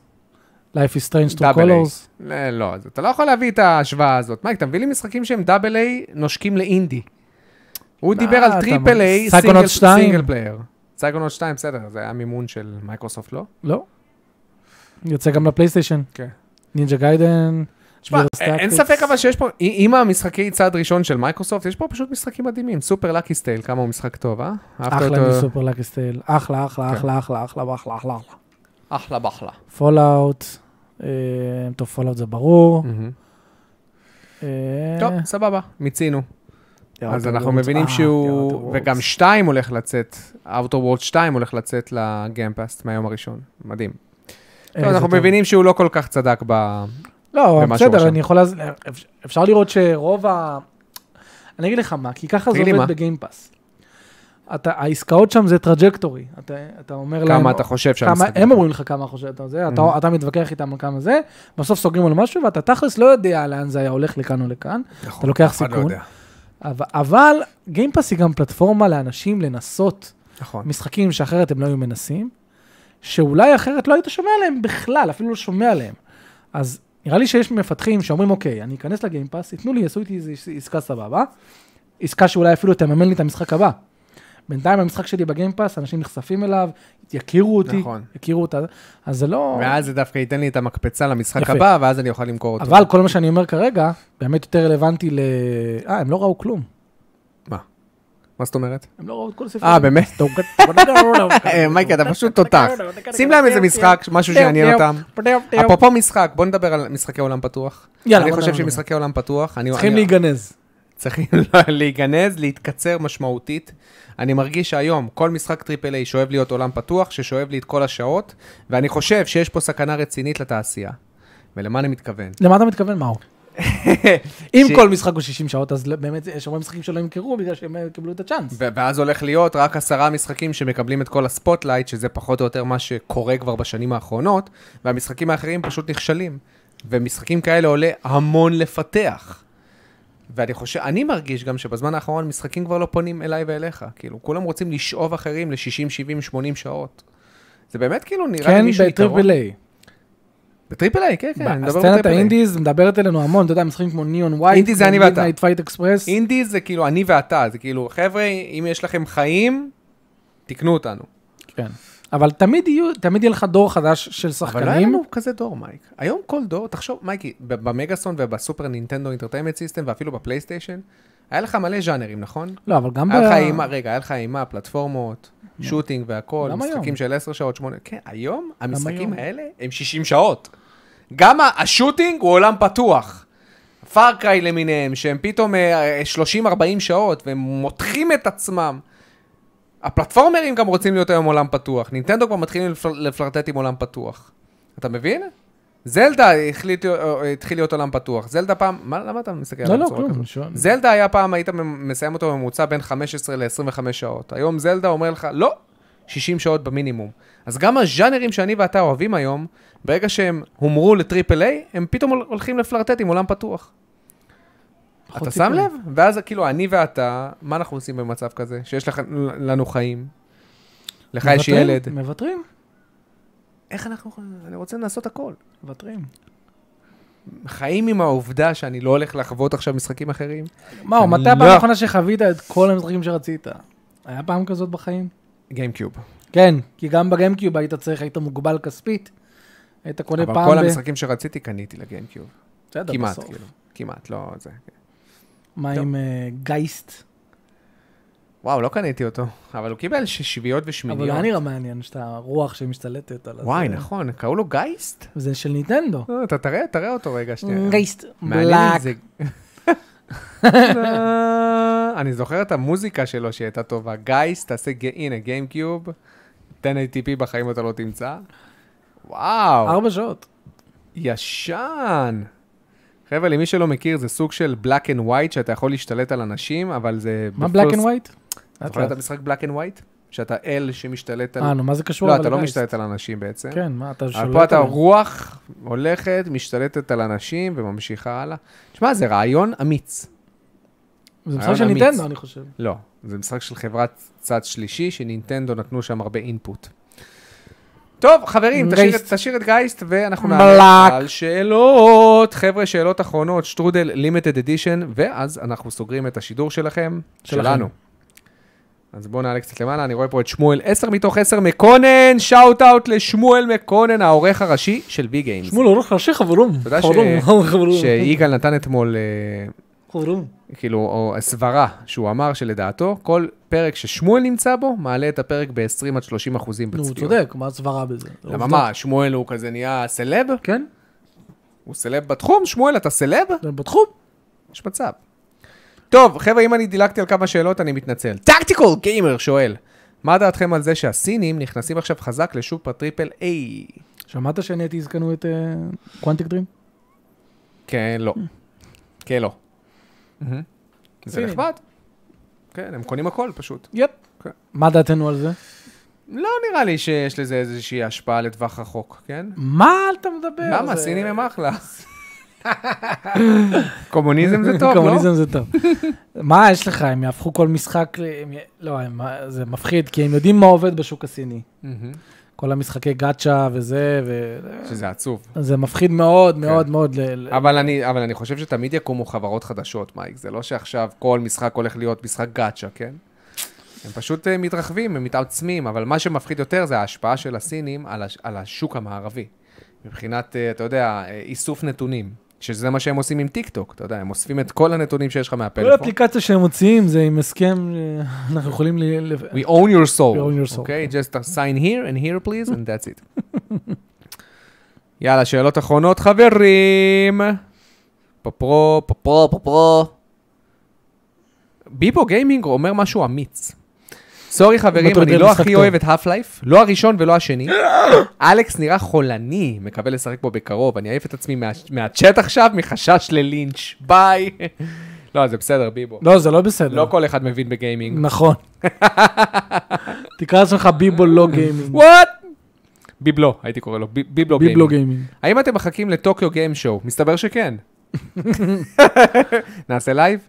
Life is Strange True Double A. Colors. לא, לא, אז אתה לא יכול להביא את ההשוואה הזאת. מייק, אתה מביא לי משחקים שהם דאבל איי נושקים לאינדי. הוא מה דיבר אתה על טריפל איי מ- Psychonauts 2. סינגל פלייר. סייקונוט 2, בסדר, זה היה מימון של מייקרוסופט, לא? לא. יוצא גם לפלייסטיישן. כן. נינג'ה גיידן. תשמע, אה, אין אין ספק אבל שיש פה, עם המשחקי צעד ראשון של מייקרוסופט, יש פה פשוט משחקים מדהימים. סופר לקי סטייל, כמה הוא משחק טוב, אה? אהבת אחלה אותו? מסופר לקסטייל. אחלה, אחלה, כן. אחלה, אחלה, אחלה, אחלה, אחלה. אחלה באחלה. פולאאוט. אה, טוב, פולאאוט זה ברור. אה, Mm. טוב, סבבה, מיצינו. יאללה, אז אתם אנחנו רוצים- מבינים אה, יאללה, שהוא... אתם וגם רוצים. 2 הולך לצאת, Outer World 2 הולך לצאת לגיימפאסט מהיום הראשון. מדהים. אה, טוב, זה אנחנו טוב. מבינים שהוא לא כל כך צדק ב... לא, במה שהוא בסדר, רשם. אני יכול... להז- אפ- אפשר לראות שרוב ה... אני אגיד לך מה, כי ככה זה תגיד לי עובד מה. בגיימפאס. אתה- העסקאות שם זה טראג'קטורי. אתה אתה אומר להם... כמה אתה חושב כמה, שהמשחק... הם אומרים לך כמה חושב אתה זה, אתה, Mhm. אתה מתווכח איתם על כמה זה, בסוף סוגרים על משהו ואתה תכלס לא יודע לאן זה היה הולך לכאן או לכאן, נכון, אתה לוקח אחד לא סיכון, יודע. אבל, אבל גיימפאס היא גם פלטפורמה לאנשים לנסות נכון. משחקים שאחרת הם לא היו מנסים, שאולי אחרת לא היית שומע עליהם בכלל, אפילו לא שומע עליהם. אז נראה לי שיש מפתחים שאומרים, אוקיי, אני אכנס לגיימפאס, ייתנו לי, יעשו איתי איזו עסקה סבבה, עסקה שאולי אפילו תממן לי את המשחק הבא. בינתיים המשחק שלי בגיימפאס, אנשים נחשפים אליו, יכירו אותי, נכון. יכירו אותה, אז זה לא... ואז זה דווקא ייתן לי את המקפצה למשחק יפה. הבא, ואז אני אוכל למכור אותו. אבל כל מה שאני אומר כרגע, באמת יותר רלוונטי ל... אה, הם לא ראו כלום. מה זאת אומרת? הם לא ראו את כל הספר. אה, באמת? אה, באמת? מייק, אתה פשוט תותח. שים להם איזה משחק, משהו שיעניין אותם. אפרופו משחק, בוא נדבר על משחקי עולם פתוח. יאללה, אני בוא חושב נדבר. שמשחקי עולם פתוח, אני- צריכים אני- להיגנז. צריכים להיגנז, להתקצר משמעותית. אני מרגיש שהיום כל משחק טריפל איי שואב להיות עולם פתוח, ששואב לי את כל השעות, ואני חושב שיש פה סכנה רצינית לתעשייה. ולמה אני מתכוון? למה אתה מתכוון, מאור? אם ש- כל משחק הוא 60 שעות, אז באמת יש הרבה משחקים שלא ימכרו בגלל שהם אה, קיבלו את הצ'אנס. ו- ואז הולך להיות רק עשרה משחקים שמקבלים את כל הספוטלייט, שזה פחות או יותר מה שקורה כבר בשנים האחרונות, והמשחקים האחרים פשוט נכשלים. ומשחקים כאלה עולה המון לפתח. ואני חושב, אני מרגיש גם שבזמן האחרון משחקים כבר לא פונים אליי ואליך. כאילו, כולם רוצים לשאוב אחרים ל-60, 70, 80 שעות. זה באמת כאילו נראה כן, לי מישהו יתרון. בטריפל איי. בטריפל איי, כן, כן, אני מדבר הסצנת בטריפל איי. האינדיז מדברת אלינו המון, אתה יודע, משחקים כמו ניון ווייט. אינדי זה אני ואתה. נייט פייט אקספרס. אינדי זה כאילו אני ואתה, זה כאילו, חבר'ה, אם יש לכם חיים, תקנו אותנו. כן. אבל תמיד יהיו- תמיד יהיה לך דור חדש של אבל לא היה שחקנים. לנו כזה דור, מייק. היום כל דור, תחשוב, מייקי, ב- במגאסון ובסופר נינטנדו אינטרטיימנט סיסטם ואפילו בפלייסטיישן, היה לך מלא ז'אנרים, נכון? לא, אבל גם ב... לא. היה לך אימה, רגע, היה לך אימה, פלטפורמות, שוטינג והכל, גם היום. משחקים של 10 שעות, 8, כן, היום היום. המשחקים האלה הם 60 שעות. גם ה- השוטינג הוא עולם פתוח. פארקריי למיניהם, שהם פתאום אה, 30-40 שעות, והם מותחים את עצמם. הפלטפורמרים גם רוצים להיות היום עולם פתוח. נינטנדו כבר מתחילים לפל... לפלרטט עם עולם פתוח. אתה מבין? זלדה החליט, אה, התחיל להיות עולם פתוח. זלדה פעם, מה, למה אתה מסתכל לא, עליו לא, כן, בצורה כלום. כזאת? שואל. זלדה היה פעם, היית ממ- מסיים אותו בממוצע בין 15 ל-25 שעות. היום זלדה אומר לך, לא, 60 שעות במינימום. אז גם הז'אנרים שאני ואתה אוהבים היום, ברגע שהם הומרו לטריפל איי, הם פתאום הול- הולכים לפלרטט עם עולם פתוח. פחות אתה שם סיכון. לב? ואז כאילו, אני ואתה, מה אנחנו עושים במצב כזה? שיש לך, לנו חיים, לך יש מוותרים? ילד. מוותרים, איך אנחנו יכולים, אני רוצה לנסות הכל. מוותרים. חיים עם העובדה שאני לא הולך לחוות עכשיו משחקים אחרים. מאור, מתי לא. הפעם האחרונה שחווית את כל המשחקים שרצית? היה פעם כזאת בחיים? גיימקיוב. כן, כי גם בגיימקיוב היית צריך, היית מוגבל כספית. היית קונה אבל פעם כל ב- המשחקים שרציתי קניתי לגיימקיוב. בסדר, כמעט, בסוף. כאילו. כמעט, לא זה. מה טוב. עם אה, גייסט? וואו, לא קניתי אותו. אבל הוא קיבל ש- שביעיות אבל ושמיניות. זה היה נראה מעניין, שאתה רוח שמשתלטת על הזה. וואי, נכון, קראו לו גייסט? זה של Mm, ניטנדו. לא, אתה תראה, תראה אותו רגע שנייה. גייסט. מעניין אם בלאק. זה... אה, אני זוכר את המוזיקה שלו שהייתה טובה. גייסט, תעשה, ג- הנה, גיימקיוב. 1080p בחיים אתה לא תמצא. וואו, ארבע שעות. ישן. חבר'ה, למי שלא מכיר, זה סוג של black and white שאתה יכול להשתלט על אנשים, אבל זה... מה בפרסט- בלק אנד ווייט? אתה זוכר את המשחק black and white? שאתה אל שמשתלט על... אה, נו, מה זה קשור? לא, אבל אתה לא לגייסט? משתלט על אנשים בעצם. כן, מה, אתה שולט אבל פה אתה עליהם. רוח הולכת, משתלטת על אנשים וממשיכה הלאה. תשמע, זה רעיון אמיץ. זה משחק רעיון של אמיץ. ניטנדו, אני חושב. לא, זה משחק של חברת צד שלישי, שנינטנדו נתנו שם הרבה אינפוט. טוב, חברים, תשאיר, את- גייסט. תשאיר את גייסט, ואנחנו מלאק. נעלה על שאלות. חבר'ה, שאלות אחרונות, שטרודל, לימטד אדישן, ואז אנחנו סוגרים את השידור שלכם, שלכם. שלנו. אז בואו נעלה קצת למעלה, אני רואה פה את שמואל 10 מתוך 10 מקונן, שאוט אאוט לשמואל מקונן, העורך הראשי של בי גיימס. שמואל, הוא הולך להשאיר חבלום. אתה יודע ש- חבלום, חבלום. שיגאל נתן אתמול, אה, חבלום. כאילו, או סברה שהוא אמר שלדעתו, כל פרק ששמואל נמצא בו, מעלה את הפרק ב-20 עד 30 אחוזים נו, הוא בצפיות. צודק, מה הסברה בזה? למה מה, שמואל הוא כזה נהיה סלב? כן, הוא סלב בתחום? שמואל, אתה סלב? זה בתחום. יש מצב. טוב, חבר'ה, אם אני דילגתי על כמה שאלות, אני מתנצל. טקטיקל גיימר שואל, מה דעתכם על זה שהסינים נכנסים עכשיו חזק לשוק הטריפל איי? שמעת שנטי יזכנו את קוונטיק דרים? כן, לא. כן, לא. מהמם. זה Mm-hmm. סינים. נחמד. כן, הם קונים הכל פשוט. יפ. כן. מה דעתנו על זה? לא נראה לי שיש לזה איזושהי השפעה לטווח רחוק, כן? מה אתה מדבר? למה? אה, זה- סינים הם אחלה. קומוניזם זה טוב, לא? קומוניזם זה טוב. מה יש לך, הם יהפכו כל משחק, ל- הם י- לא, הם- זה מפחיד, כי הם יודעים מה עובד בשוק הסיני. מהמם. כל המשחקי גאצ'ה וזה, ו- שזה עצוב. זה מפחיד כן. מאוד מאוד מאוד. ל- ל- אבל אני, אבל אני חושב שתמיד יקומו חברות חדשות, מייק. זה לא שעכשיו כל משחק הולך להיות משחק גאצ'ה, כן? הם פשוט אה, מתרחבים, הם מתעצמים, אבל מה שמפחיד יותר זה ההשפעה של הסינים על, הש, על השוק המערבי. מבחינת, אה, אתה יודע, אה, איסוף נתונים. שזה מה שהם עושים עם טיקטוק, אתה יודע, הם אוספים את כל הנתונים שיש לך כל מהפלאפון. אפליקציה שהם מוציאים זה עם הסכם, אה, אנחנו יכולים ל... ל- We own your soul. We own your soul, Okay, just sign here and here please and that's it. יאללה, שאלות אחרונות, חברים. פפרו, פפרו, פפרו. ביבו גיימינג אומר משהו אמיץ. סורי חברים, מטרדל אני לא משחק הכי טוב. אוהב את האף לייף, לא הראשון ולא השני. אלכס נראה חולני, מקווה לשחק בו בקרוב, אני אעיף את עצמי מה- מהצ'אט עכשיו מחשש ללינץ', ביי. לא, זה בסדר, ביבו. לא, זה לא בסדר. לא כל אחד מבין בגיימינג. נכון. תקרא לעצמך ביבו לא גיימינג. וואט? ביבלו, הייתי קורא לו, בי- ביבלו ביבלו לא גיימינג. לא גיימינג. האם אתם מחכים לטוקיו גיים שואו? מסתבר שכן. נעשה לייב?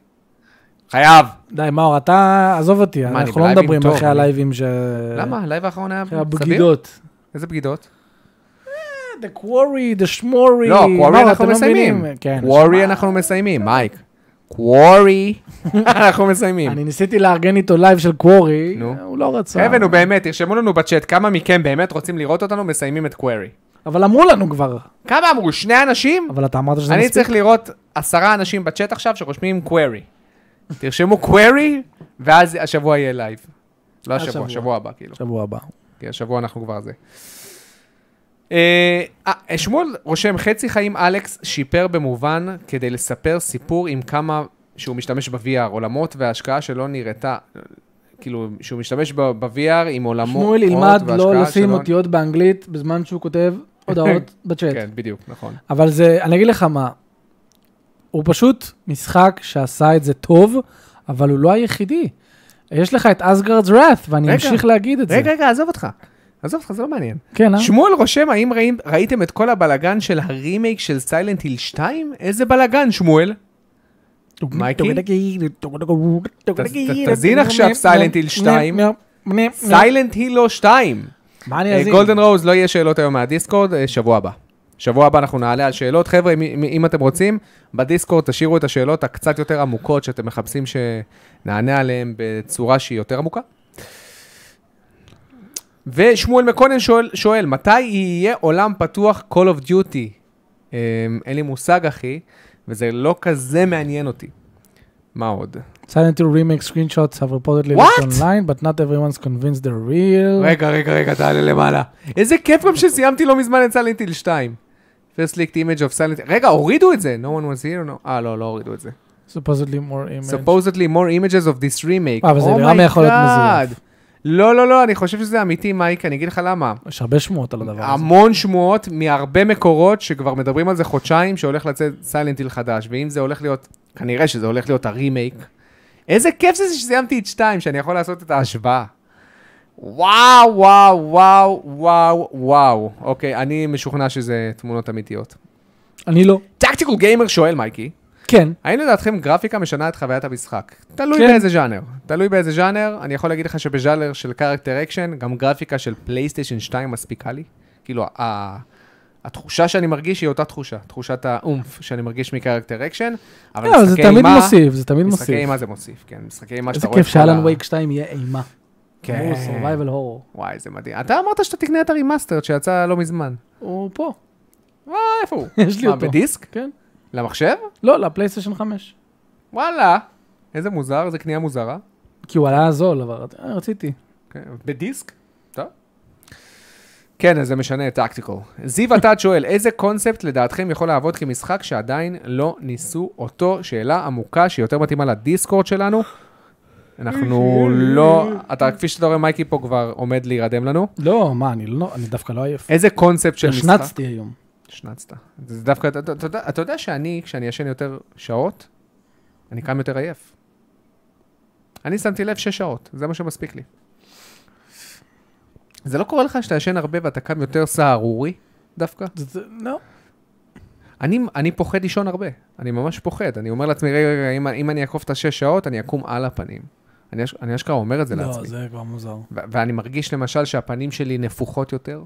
חייב. די, מאור, אתה, עזוב אותי, אני אנחנו לא בלייבים מדברים טוב, אחרי אני- הלייבים ש... למה? הלייב האחרון היה אחרי סביר? הבגידות. איזה בגידות? The quarry, the שמורי. לא, מאור, קוורי אנחנו אתם לא מסיימים. מבינים. כן. קוורי אנחנו מסיימים, מייק. קוורי אנחנו מסיימים. אני ניסיתי לארגן איתו לייב של קוורי, נו. הוא לא רצה. חבר'ה, נו באמת, תרשמו לנו בצ'אט, כמה מכם באמת רוצים לראות אותנו מסיימים את קוורי? אבל אמרו לנו כבר. כמה אמרו? שני אנשים? אבל אתה אמרת שזה אני מספיק. צריך לראות עשרה אנשים בצ'אט עכשיו שרושמים query. תרשמו query, ואז השבוע יהיה לייב. לא השבוע, השבוע. השבוע הבא, כאילו. שבוע הבא. כי השבוע אנחנו כבר זה. אה, אה, שמואל רושם, חצי חיים אלכס שיפר במובן כדי לספר סיפור עם כמה שהוא משתמש ב-VR, עולמות וההשקעה שלא נראתה, כאילו, שהוא משתמש ב- ב-VR עם עולמות שמואל ילמד לא והשקעה לשים שלא- אותיות באנגלית בזמן שהוא כותב הודעות בצ'אט. כן, בדיוק, נכון. אבל זה, אני אגיד לך מה, הוא פשוט משחק שעשה את זה טוב, אבל הוא לא היחידי. יש לך את אסגרדס ראט, ואני רגע, אמשיך להגיד את זה. רגע, רגע, עזוב אותך. עזוב אותך, זה לא מעניין. כן, אה? שמואל רושם, האם ראים- ראיתם את כל הבלגן של הרימייק של סיילנט היל 2? איזה בלגן, שמואל? מייקי? ת- תזין עכשיו Silent Hill 2. סיילנט היל לא 2. מה אני אזין? גולדן רוז, לא יהיה שאלות היום מהדיסקורד, אה, שבוע הבא. שבוע הבא אנחנו נעלה על שאלות. חבר'ה, מי- מי- אם אתם רוצים, בדיסקורד תשאירו את השאלות הקצת יותר עמוקות שאתם מחפשים שנענה עליהן בצורה שהיא יותר עמוקה. ושמואל מקונן שואל, שואל, מתי יהיה עולם פתוח Call of Duty? אמ, אין לי מושג, אחי, וזה לא כזה מעניין אותי. מה עוד? Silent Hill remake screenshots have reportedly What? leaked online, but not everyone's convinced they're real. רגע, רגע, רגע, תעלה למעלה. איזה כיף גם שסיימתי לא מזמן את סיילנט היל 2. First leaked image of silent... רגע, הורידו את זה. No one was here, no... אה, לא, לא הורידו את זה. Supposedly more image. Supposedly more images of this remake. אה, אבל זה Oh לגמרי my יכול להיות God. מזויף. לא, לא, לא, אני חושב שזה אמיתי, מייק, אני אגיד לך למה. יש הרבה שמועות על הדבר הזה. המון שמועות מהרבה מקורות שכבר מדברים על זה חודשיים, שהולך לצאת סיילנט היל חדש, ואם זה הולך להיות, כנראה שזה הולך להיות הרימייק. איזה כיף זה שסיימתי את שתיים, שאני יכול לעשות את ההשוואה. וואו, וואו, וואו, וואו, וואו. אוקיי, אני משוכנע שזה תמונות אמיתיות. אני לא. טקטיקל גיימר שואל, מייקי, כן. האם לדעתכם גרפיקה משנה את חוויית המשחק? תלוי כן. כן. באיזה ז'אנר. תלוי באיזה ז'אנר, אני יכול להגיד לך שבז'אנר של קרקטר אקשן, גם גרפיקה של פלייסטיישן 2 מספיקה לי. כאילו, ה... התחושה שאני מרגיש היא אותה תחושה, תחושת האומף שאני מרגיש מקרקטר אקשן, אבל לא, זה משחקי תמיד אימה, מוסיף, זה תמיד משחקי מוסיף. אימה זה מוסיף, כן, משחקי אימה איזה שאתה רואה... כיף את כל שאלן ה- וייק 2 יהיה אימה. כן. כן. סורווייבל הורור. וואי, זה מדהים. אתה אמרת שאתה תקנה את הרימאסטרד שיצא לא מזמן. הוא פה, וואי, איפה הוא? יש לי אותו. מה, בדיסק? כן. למחשב? לא, לפלייסטיישן 5. וואלה. איזה מוזר, איזה קנייה מוזרה. כי הוא עלה זול, אבל אה, רציתי. כן, בדיסק? טוב. כן, אז זה משנה את טקטיקל. זיו עטד שואל, איזה קונספט לדעתכם יכול לעבוד כמשחק שעדיין לא ניסו אותו? שאלה עמוקה שיותר מתאימה לדיסקורד שלנו. אנחנו לא... אתה, כפי שאתה רואה, מייקי פה כבר עומד להירדם לנו. לא, מה, אני לא, אני דווקא לא עייף. איזה קונספט אה, של משחק... השנצתי היום. שנצת. זה דווקא, אתה, אתה, אתה, יודע- אתה יודע שאני, כשאני ישן יותר שעות, אני קם יותר עייף. אני שמתי לב שש שעות, זה מה שמספיק לי. זה לא קורה לך שאתה ישן הרבה ואתה קם יותר סהרורי דווקא? זה- זה- לא. אני, אני פוחד לישון הרבה, אני ממש פוחד. אני אומר לעצמי, רגע, רגע, אם, אם אני אעקוף את השש שעות, אני אקום על הפנים. אני אש- אני אשכרה אומר את זה לעצמי. לא, זה כבר מוזר. ו- ואני מרגיש למשל שהפנים שלי נפוחות יותר.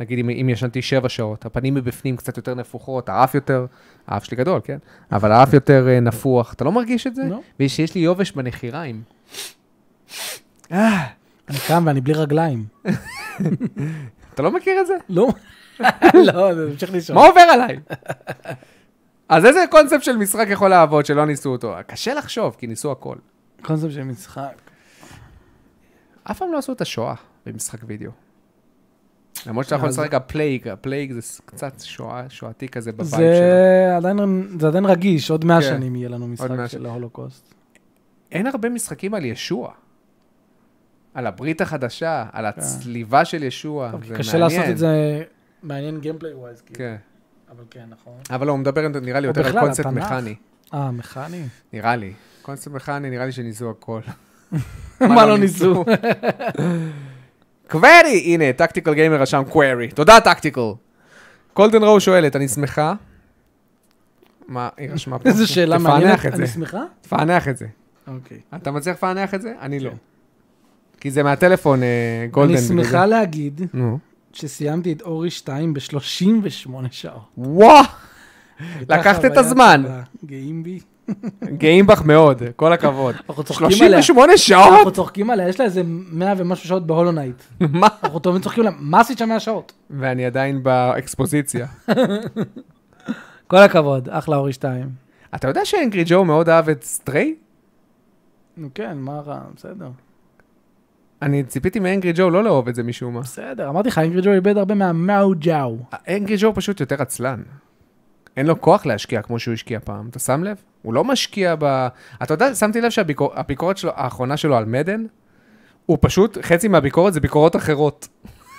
נגיד אם, אם ישנתי שבע שעות, הפנים מבפנים קצת יותר נפוחות, האף יותר, האף שלי גדול, כן? אבל האף יותר אה, נפוח. אתה לא מרגיש את זה? לא. ושיש לי יובש בנחיריים. אה, אני קם ואני בלי רגליים. אתה לא מכיר את זה? לא. לא, זה ממשיך לישון. מה עובר עליי? אז איזה קונספט של משחק יכול לעבוד שלא ניסו אותו? קשה לחשוב, כי ניסו הכל. קונספט של משחק. אף פעם לא עשו את השואה במשחק וידאו. למרות שאתה יכול אז- לשחק הפלייג, הפלייג זה ס- קצת שואה, שואתי כזה בבית זה שלו. עדיין, זה עדיין רגיש, עוד מאה כן. שנים יהיה לנו משחק מאה אה, של שנים. ההולוקוסט. אין הרבה משחקים על ישוע. על הברית החדשה, על הצליבה של ישוע. כן. טוב, כי זה קשה מעניין. לעשות את זה מעניין גיימפליי ווייז, כאילו. כן. אבל כן, נכון. אבל לא, הוא מדבר נראה לי או יותר על בכלל, קונספט התנ"ך. מכני. אה, מכני. נראה לי. קונספט מכני, נראה לי שניסו הכל. מה לא ניסו? קווירי! הנה, טקטיקל גיימר רשם קווירי. תודה, טקטיקל. קולדן רו שואלת, אני שמחה? מה, היא רשמה פה. איזו שאלה מעניינת. תפענח את אני זה. שמחה? תפענח את זה. אוקיי. אתה מצליח לפענח את זה? אני לא. כן. כי זה מהטלפון, אה, גולדן. אני בגלל זה. שמחה להגיד נו. שסיימתי את אורי 2 ב-38 שעות. וואו! הייתה לקחת את חוויה הזמן. טובה. גאים בי. גאים בך מאוד, כל הכבוד. אנחנו צוחקים עליה. 38 אנחנו שעות? צוחקים עליה, יש לה איזה 100 ומשהו שעות בהולו נייט. מה? אנחנו תמיד צוחקים עליה, מה עשית שם 100 שעות? ואני עדיין באקספוזיציה. כל הכבוד, אחלה אורי 2. אתה יודע שאנגרי ג'ו מאוד אהב את סטריי? נו כן, מה רע, בסדר. אני ציפיתי מאנגרי ג'ו לא לאהוב את זה משום מה. בסדר, אמרתי לך, אינגריד ג'ו איבד הרבה מהמאו ג'או. אנגרי ג'ו פשוט יותר עצלן. אין לו כוח להשקיע כמו שהוא השקיע פעם, אתה שם לב? הוא לא משקיע ב... אתה יודע, שמתי לב שהביקורת שלו, האחרונה שלו על מדן, הוא פשוט, חצי מהביקורת זה ביקורות אחרות.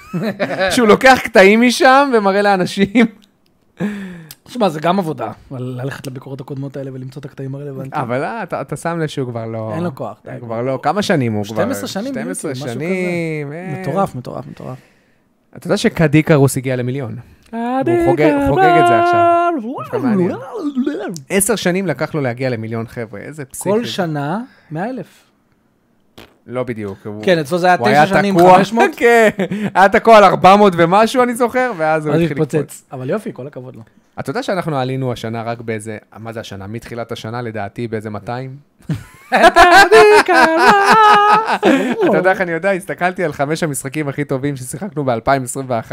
שהוא לוקח קטעים משם ומראה לאנשים. תשמע, זה גם עבודה, אבל ללכת לביקורות הקודמות האלה ולמצוא את הקטעים הרלוונטיים. אבל אה, אתה, אתה שם לב שהוא כבר לא... אין לו כוח, די. הוא כבר לא, כמה שנים הוא כבר? 12 שנים 12 ביוטיוב, משהו שנים. אה. מטורף, מטורף, מטורף. אתה יודע שקדיקרוס הגיע למיליון. והוא חוגג- הוא חוגג את זה עכשיו. דווקא מעניין. עשר שנים לקח לו להגיע למיליון חבר'ה, איזה פסיק. כל זה. שנה, 100 אלף. לא בדיוק. הוא- כן, אצלו זה היה הוא היה תשע שנים, תקוע- 500, כן, היה תקוע על 400 ומשהו, אני זוכר, ואז הוא אז התחיל לקפוץ. התפוצץ. אבל יופי, כל הכבוד לו. אתה יודע שאנחנו עלינו השנה רק באיזה, מה זה השנה? מתחילת השנה, לדעתי, באיזה 200? אתה יודע איך אני יודע? הסתכלתי על חמש המשחקים הכי טובים ששיחקנו ב-2021,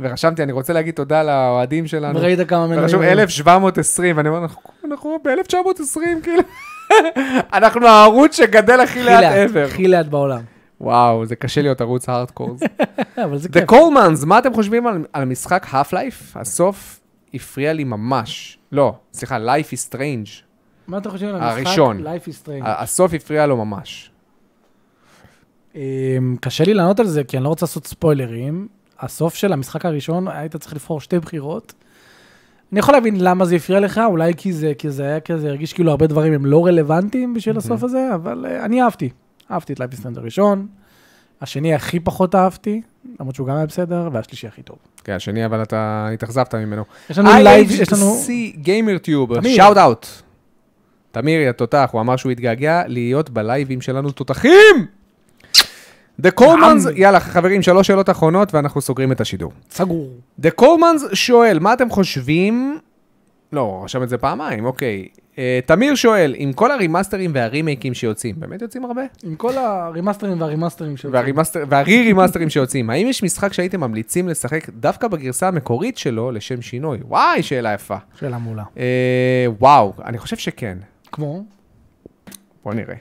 ורשמתי, אני רוצה להגיד תודה לאוהדים שלנו. וראית כמה מנויים. ורשום היו. 1720, ואני אומר, "אנחנו- אנחנו ב-1920, כאילו. אנחנו הערוץ שגדל הכי הכי לאט לאט, ever. הכי לאט בעולם. אה, וואו, זה קשה להיות ערוץ הארדקורס. אבל זה The כיף. Colemans, מה אתם חושבים על, על המשחק Half Life? הסוף הפריע לי ממש. לא, סליחה, Life is Strange. מה אתה חושב על המשחק? הראשון. Life is Strange. ה- הסוף הפריע לו ממש. אמ, קשה לי לענות על זה, כי אני לא רוצה לעשות ספוילרים. הסוף של המשחק הראשון, היית צריך לבחור שתי בחירות. אני יכול להבין למה זה הפריע לך, אולי כי זה, כי זה היה כזה, הרגיש כאילו הרבה דברים הם לא רלוונטיים בשביל הסוף הזה, אבל אה, אני אהבתי. אהבתי את לייפ איסטנד הראשון, השני הכי פחות אהבתי, למרות שהוא גם היה בסדר, והשלישי הכי טוב. כן, השני, אבל אתה התאכזבת ממנו. יש לנו לייב, יש לנו... IHC גיימר טיוב, תמיר. שאוט אאוט. תמיר, יא תותח, הוא אמר שהוא התגעגע להיות בלייבים שלנו תותחים! The קורמנס, יאללה חברים, שלוש שאלות אחרונות ואנחנו סוגרים את השידור. סגור. The קורמנס שואל, מה אתם חושבים? לא, הוא רשם את זה פעמיים, אוקיי. Uh, תמיר שואל, עם כל הרימאסטרים והרימייקים שיוצאים, באמת יוצאים הרבה? עם כל הרימאסטרים והרימאסטרים שלו. והרימאסטר- והרי-רימאסטרים שיוצאים, האם יש משחק שהייתם ממליצים לשחק דווקא בגרסה המקורית שלו לשם שינוי? וואי, שאלה יפה. שאלה מעולה. אה, וואו, אני חושב שכן. כמו? בוא נראה.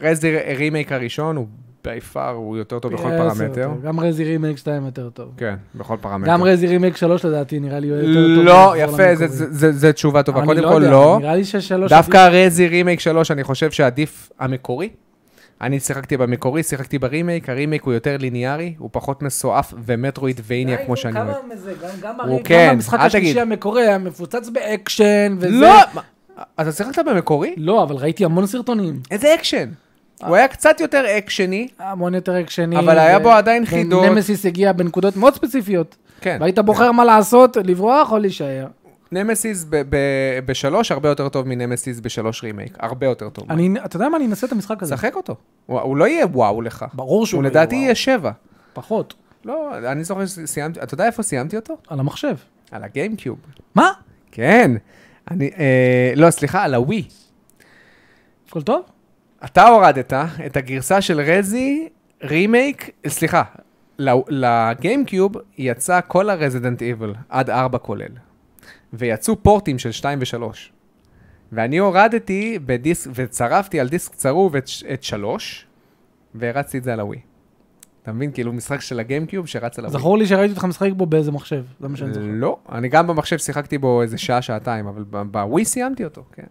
רזי הרימייק הראשון הוא בי פאר, הוא יותר טוב בכל פי עשר פרמטר. יותר. אה, גם רזי רימייק 2 יותר טוב. כן, בכל פרמטר. גם רזי רימייק 3 לדעתי נראה לי יותר טוב. לא, מהמחזור יפה, זה- המקורי. זה- זה- זה תשובה טובה. אני קודם לא כל, יודע, לא. נראה לי ששלוש... דווקא רזי רימייק 3, אני חושב שעדיף המקורי. אני שיחקתי במקורי, שיחקתי ברימייק, הרימייק הוא יותר ליניארי, הוא פחות מסועף ומטרואידבניה כמו שאני אוהב. גם הוא הרי- כן, גם המשחק אל תגיד. השלישי המקורי היה מפוצץ באקשן וזה. לא! מה, אתה שיחקת במקורי? לא, אבל ראיתי המון סרטונים. איזה אקשן? הוא היה קצת יותר אקשני, המון יותר אקשני. אבל היה ו- בו עדיין חידות. ונמסיס הגיע בנקודות מאוד ספציפיות. כן. והיית בוחר מה לעשות, לברוח או להישאר. נמסיס ב- ב- בשלוש הרבה יותר טוב מנמסיס בשלוש רימייק, הרבה יותר טוב. אני, אתה יודע מה, אני אנסה את המשחק הזה. שחק אותו. הוא, הוא לא יהיה וואו לך. ברור שהוא הוא לא לדעתי יהיה יהיה שבע. וואו. פחות, לא, אני זוכר שסיימתי, אתה יודע איפה סיימתי אותו? על המחשב. על הגיימקיוב. מה? כן. אני, אה, לא, סליחה, על הווי. הכל טוב? אתה הורדת את הגרסה של רזי, רימייק, סליחה, ל- לגיימקיוב יצא כל הרזידנט איבל, עד 4 כולל. ויצאו פורטים של 2 ו-3. ואני הורדתי בדיסק, וצרפתי על דיסק צרוב את, ש- את 3, והרצתי את זה על הווי. אתה מבין? כאילו משחק של הגיימקיוב שרץ על הווי. זכור לי שראיתי אותך משחק בו באיזה מחשב, זה מה שאני זוכר. לא, אני גם במחשב שיחקתי בו איזה שעה-שעתיים, אבל ב- בווי סיימתי אותו, כן.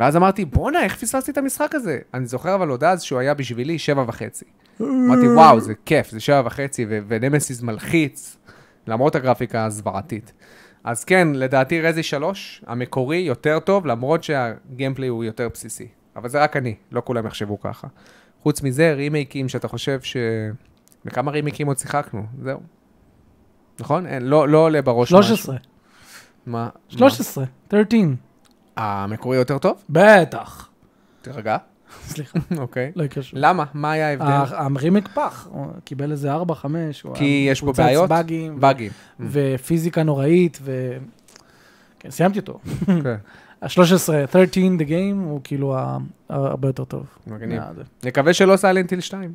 ואז אמרתי, בואנה, איך פספסתי את המשחק הזה? אני זוכר אבל עוד אז שהוא היה בשבילי שבע וחצי. אמרתי, וואו, זה כיף, זה שבע וחצי, ו- ונמסיס מלחיץ, למרות הגרפיקה הזוועתית. אז כן, לדעתי רזי 3, המקורי יותר טוב, למרות שהגיימפליי הוא יותר בסיסי. אבל זה רק אני, לא כולם יחשבו ככה. חוץ מזה, רימייקים שאתה חושב ש... בכמה רימייקים עוד שיחקנו? זהו. נכון? אין, לא, לא עולה בראש משהו. 13, מה? 13, 13. מה? המקורי יותר טוב? בטח. תירגע. סליחה, אה, אוקיי. לא יקרה שוב. למה? מה היה ההבדל? ה- הרימק פח, הוא קיבל איזה 4-5, הוא כי היה יש בו מפוצץ בעיות? באגים, באגים. ופיזיקה נוראית, ו... כן, סיימתי אותו. כן. ה-13, 13, The Game, הוא כאילו ה- הרבה יותר טוב. מגניב. מה זה? נקווה שלא סיילנטיל 2.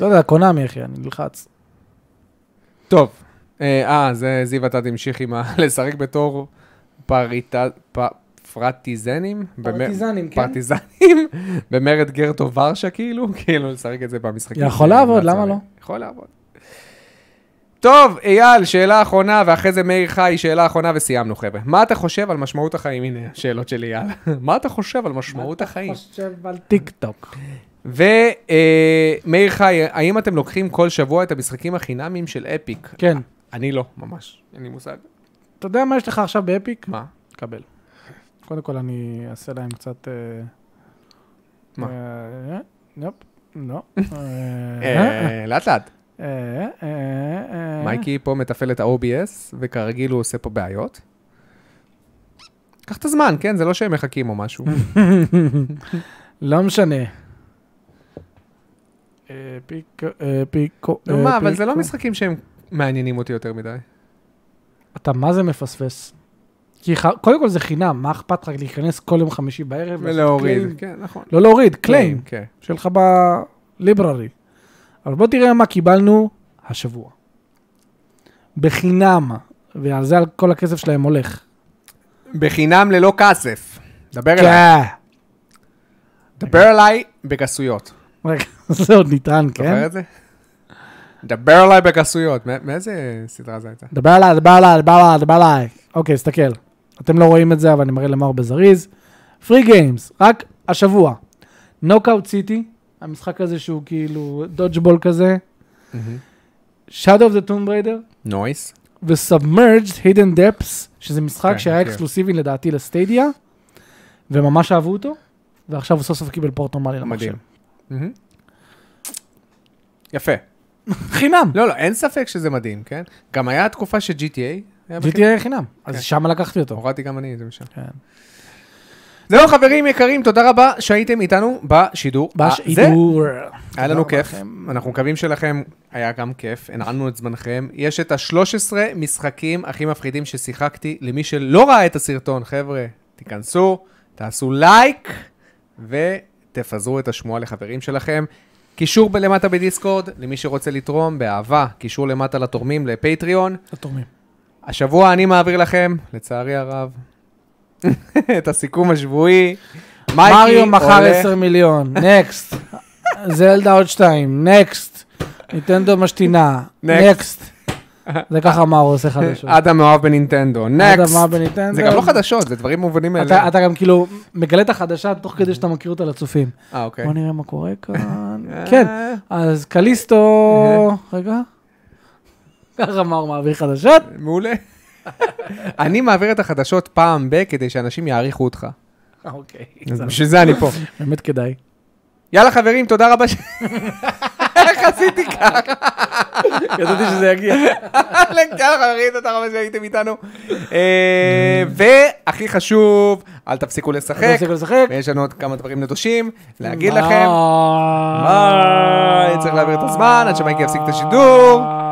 לא יודע, קונאמי אחי, אני נלחץ. טוב. אה, אה, זה זיו אתה תמשיך עם ה... לשחק בתור פריטה... פ- פרטיזנים? במ- פרטיזנים, כן? פרטיזנים? במרד גרטו ורשה כאילו? כאילו, לשחק את זה במשחקים. יכול של לעבוד, הצהריים. למה לא? יכול לעבוד. טוב, אייל, שאלה אחרונה, ואחרי זה מאיר חי, שאלה אחרונה, וסיימנו, חבר'ה. מה אתה חושב על משמעות החיים? הנה, השאלות של אייל. מה אתה חושב על משמעות החיים? חושב על טיק טוק. ומאיר אה, חי, האם אתם לוקחים כל שבוע את המשחקים החינמיים של אפיק? כן. אני לא, ממש. אין לי מושג. אתה יודע מה יש לך עכשיו באפיק? מה? קבל. קודם כל אני אעשה להם קצת... אה, מה? אה, יופ, לא. אה, אה, לאט לאט. אה, אה, אה. מייקי פה מתפעל את ה-OBS, וכרגיל הוא עושה פה בעיות. קח את הזמן, כן? זה לא שהם מחכים או אה, משהו. לא משנה. אה, פיקו, אה, פיקו, נו אה, מה, אבל זה פיקו. לא משחקים שהם מעניינים אותי יותר מדי. אתה מה זה מפספס? כי ח- קודם כל זה חינם, מה אכפת לך להיכנס כל יום חמישי בערב? ולעשות קליים? ולהוריד. כן, נכון. לא להוריד, קליים. כן. שלך בליבררי. אבל בוא תראה מה קיבלנו השבוע. בחינם, ועל זה על כל הכסף שלהם הולך. כן. בחינם ללא כסף. דבר אליי. כן. דבר אליי בגסויות. רגע, זה עוד נטען, זוכר כן? את זה? דבר אליי בגסויות. מא- מאיזה סדרה זה הייתה? דבר עליי, דבר עליי, דבר עליי, דבר עליי. אוקיי, הסתכל. אתם לא רואים את זה, אבל אני מראה למר בזריז. פרי גיימס, רק השבוע. נוקאוט סיטי, המשחק הזה שהוא כאילו דודג'בול כזה, Shadow of the Tomb Raider, נויס. ו-Submerged Hidden Depths, שזה משחק כן, שהיה מכיר. אקסקלוסיבי לדעתי לסטדיה, וממש אהבו אותו, ועכשיו הוא סוף סוף קיבל פורט נורמלי למחשב. מדהים. יפה. חינם! לא, לא, אין ספק שזה מדהים, כן? גם היה תקופה ש-GTA היה בחינם. GTA חינם, אז לא, כן. שמה לקחתי אותו. הורדתי גם אני את זה משם. כן. זהו, חברים יקרים, תודה רבה שהייתם איתנו בשידור. בש הזה. אידור. היה תודה לנו רבה כיף, לכם. אנחנו מקווים שלכם היה גם כיף, הנעלנו את זמנכם. יש את ה-13 משחקים הכי מפחידים ששיחקתי, למי שלא ראה את הסרטון, חבר'ה, תיכנסו, תעשו לייק, ותפזרו את השמועה לחברים שלכם. קישור בלמטה בדיסקורד, למי שרוצה לתרום, באהבה, קישור למטה לתורמים, לפטריון. התורמים. השבוע אני מעביר לכם, לצערי הרב, את הסיכום השבועי. מייקי מריו מכר הולך- 10 מיליון, נקסט. זלדה עוד 2, נקסט. ניטנדו משתינה, Next. נקסט. זה ככה מאור עושה חדשות. אדם מאוהב בנינטנדו, אה, נקסט. אדמה בניטנדו. זה גם לא חדשות, זה דברים מובנים אתה מאליהם. אתה גם כאילו מגלה את החדשה תוך כדי שאתה מכיר אותה לצופים. אה, אוקיי. בוא נראה מה קורה כאן. אה. כן, אז קליסטו... רגע. ככה מאור מעביר חדשות. מעולה. אני מעביר את החדשות פעם ב- כדי שאנשים יעריכו אותך. אה, אוקיי. אז בשביל זה אני פה. באמת כדאי. יאללה חברים, תודה רבה ש... איך עשיתי ככה? ידעתי שזה יגיע. יאללה חברים, תודה רבה שהייתם איתנו. אה, Mm. והכי חשוב, אל תפסיקו לשחק. תפסיקו לשחק. ויש לנו עוד כמה דברים נדושים להגיד ביי. לכם. ביי. צריך להעביר את הזמן עד שמייקי יפסיק את השידור.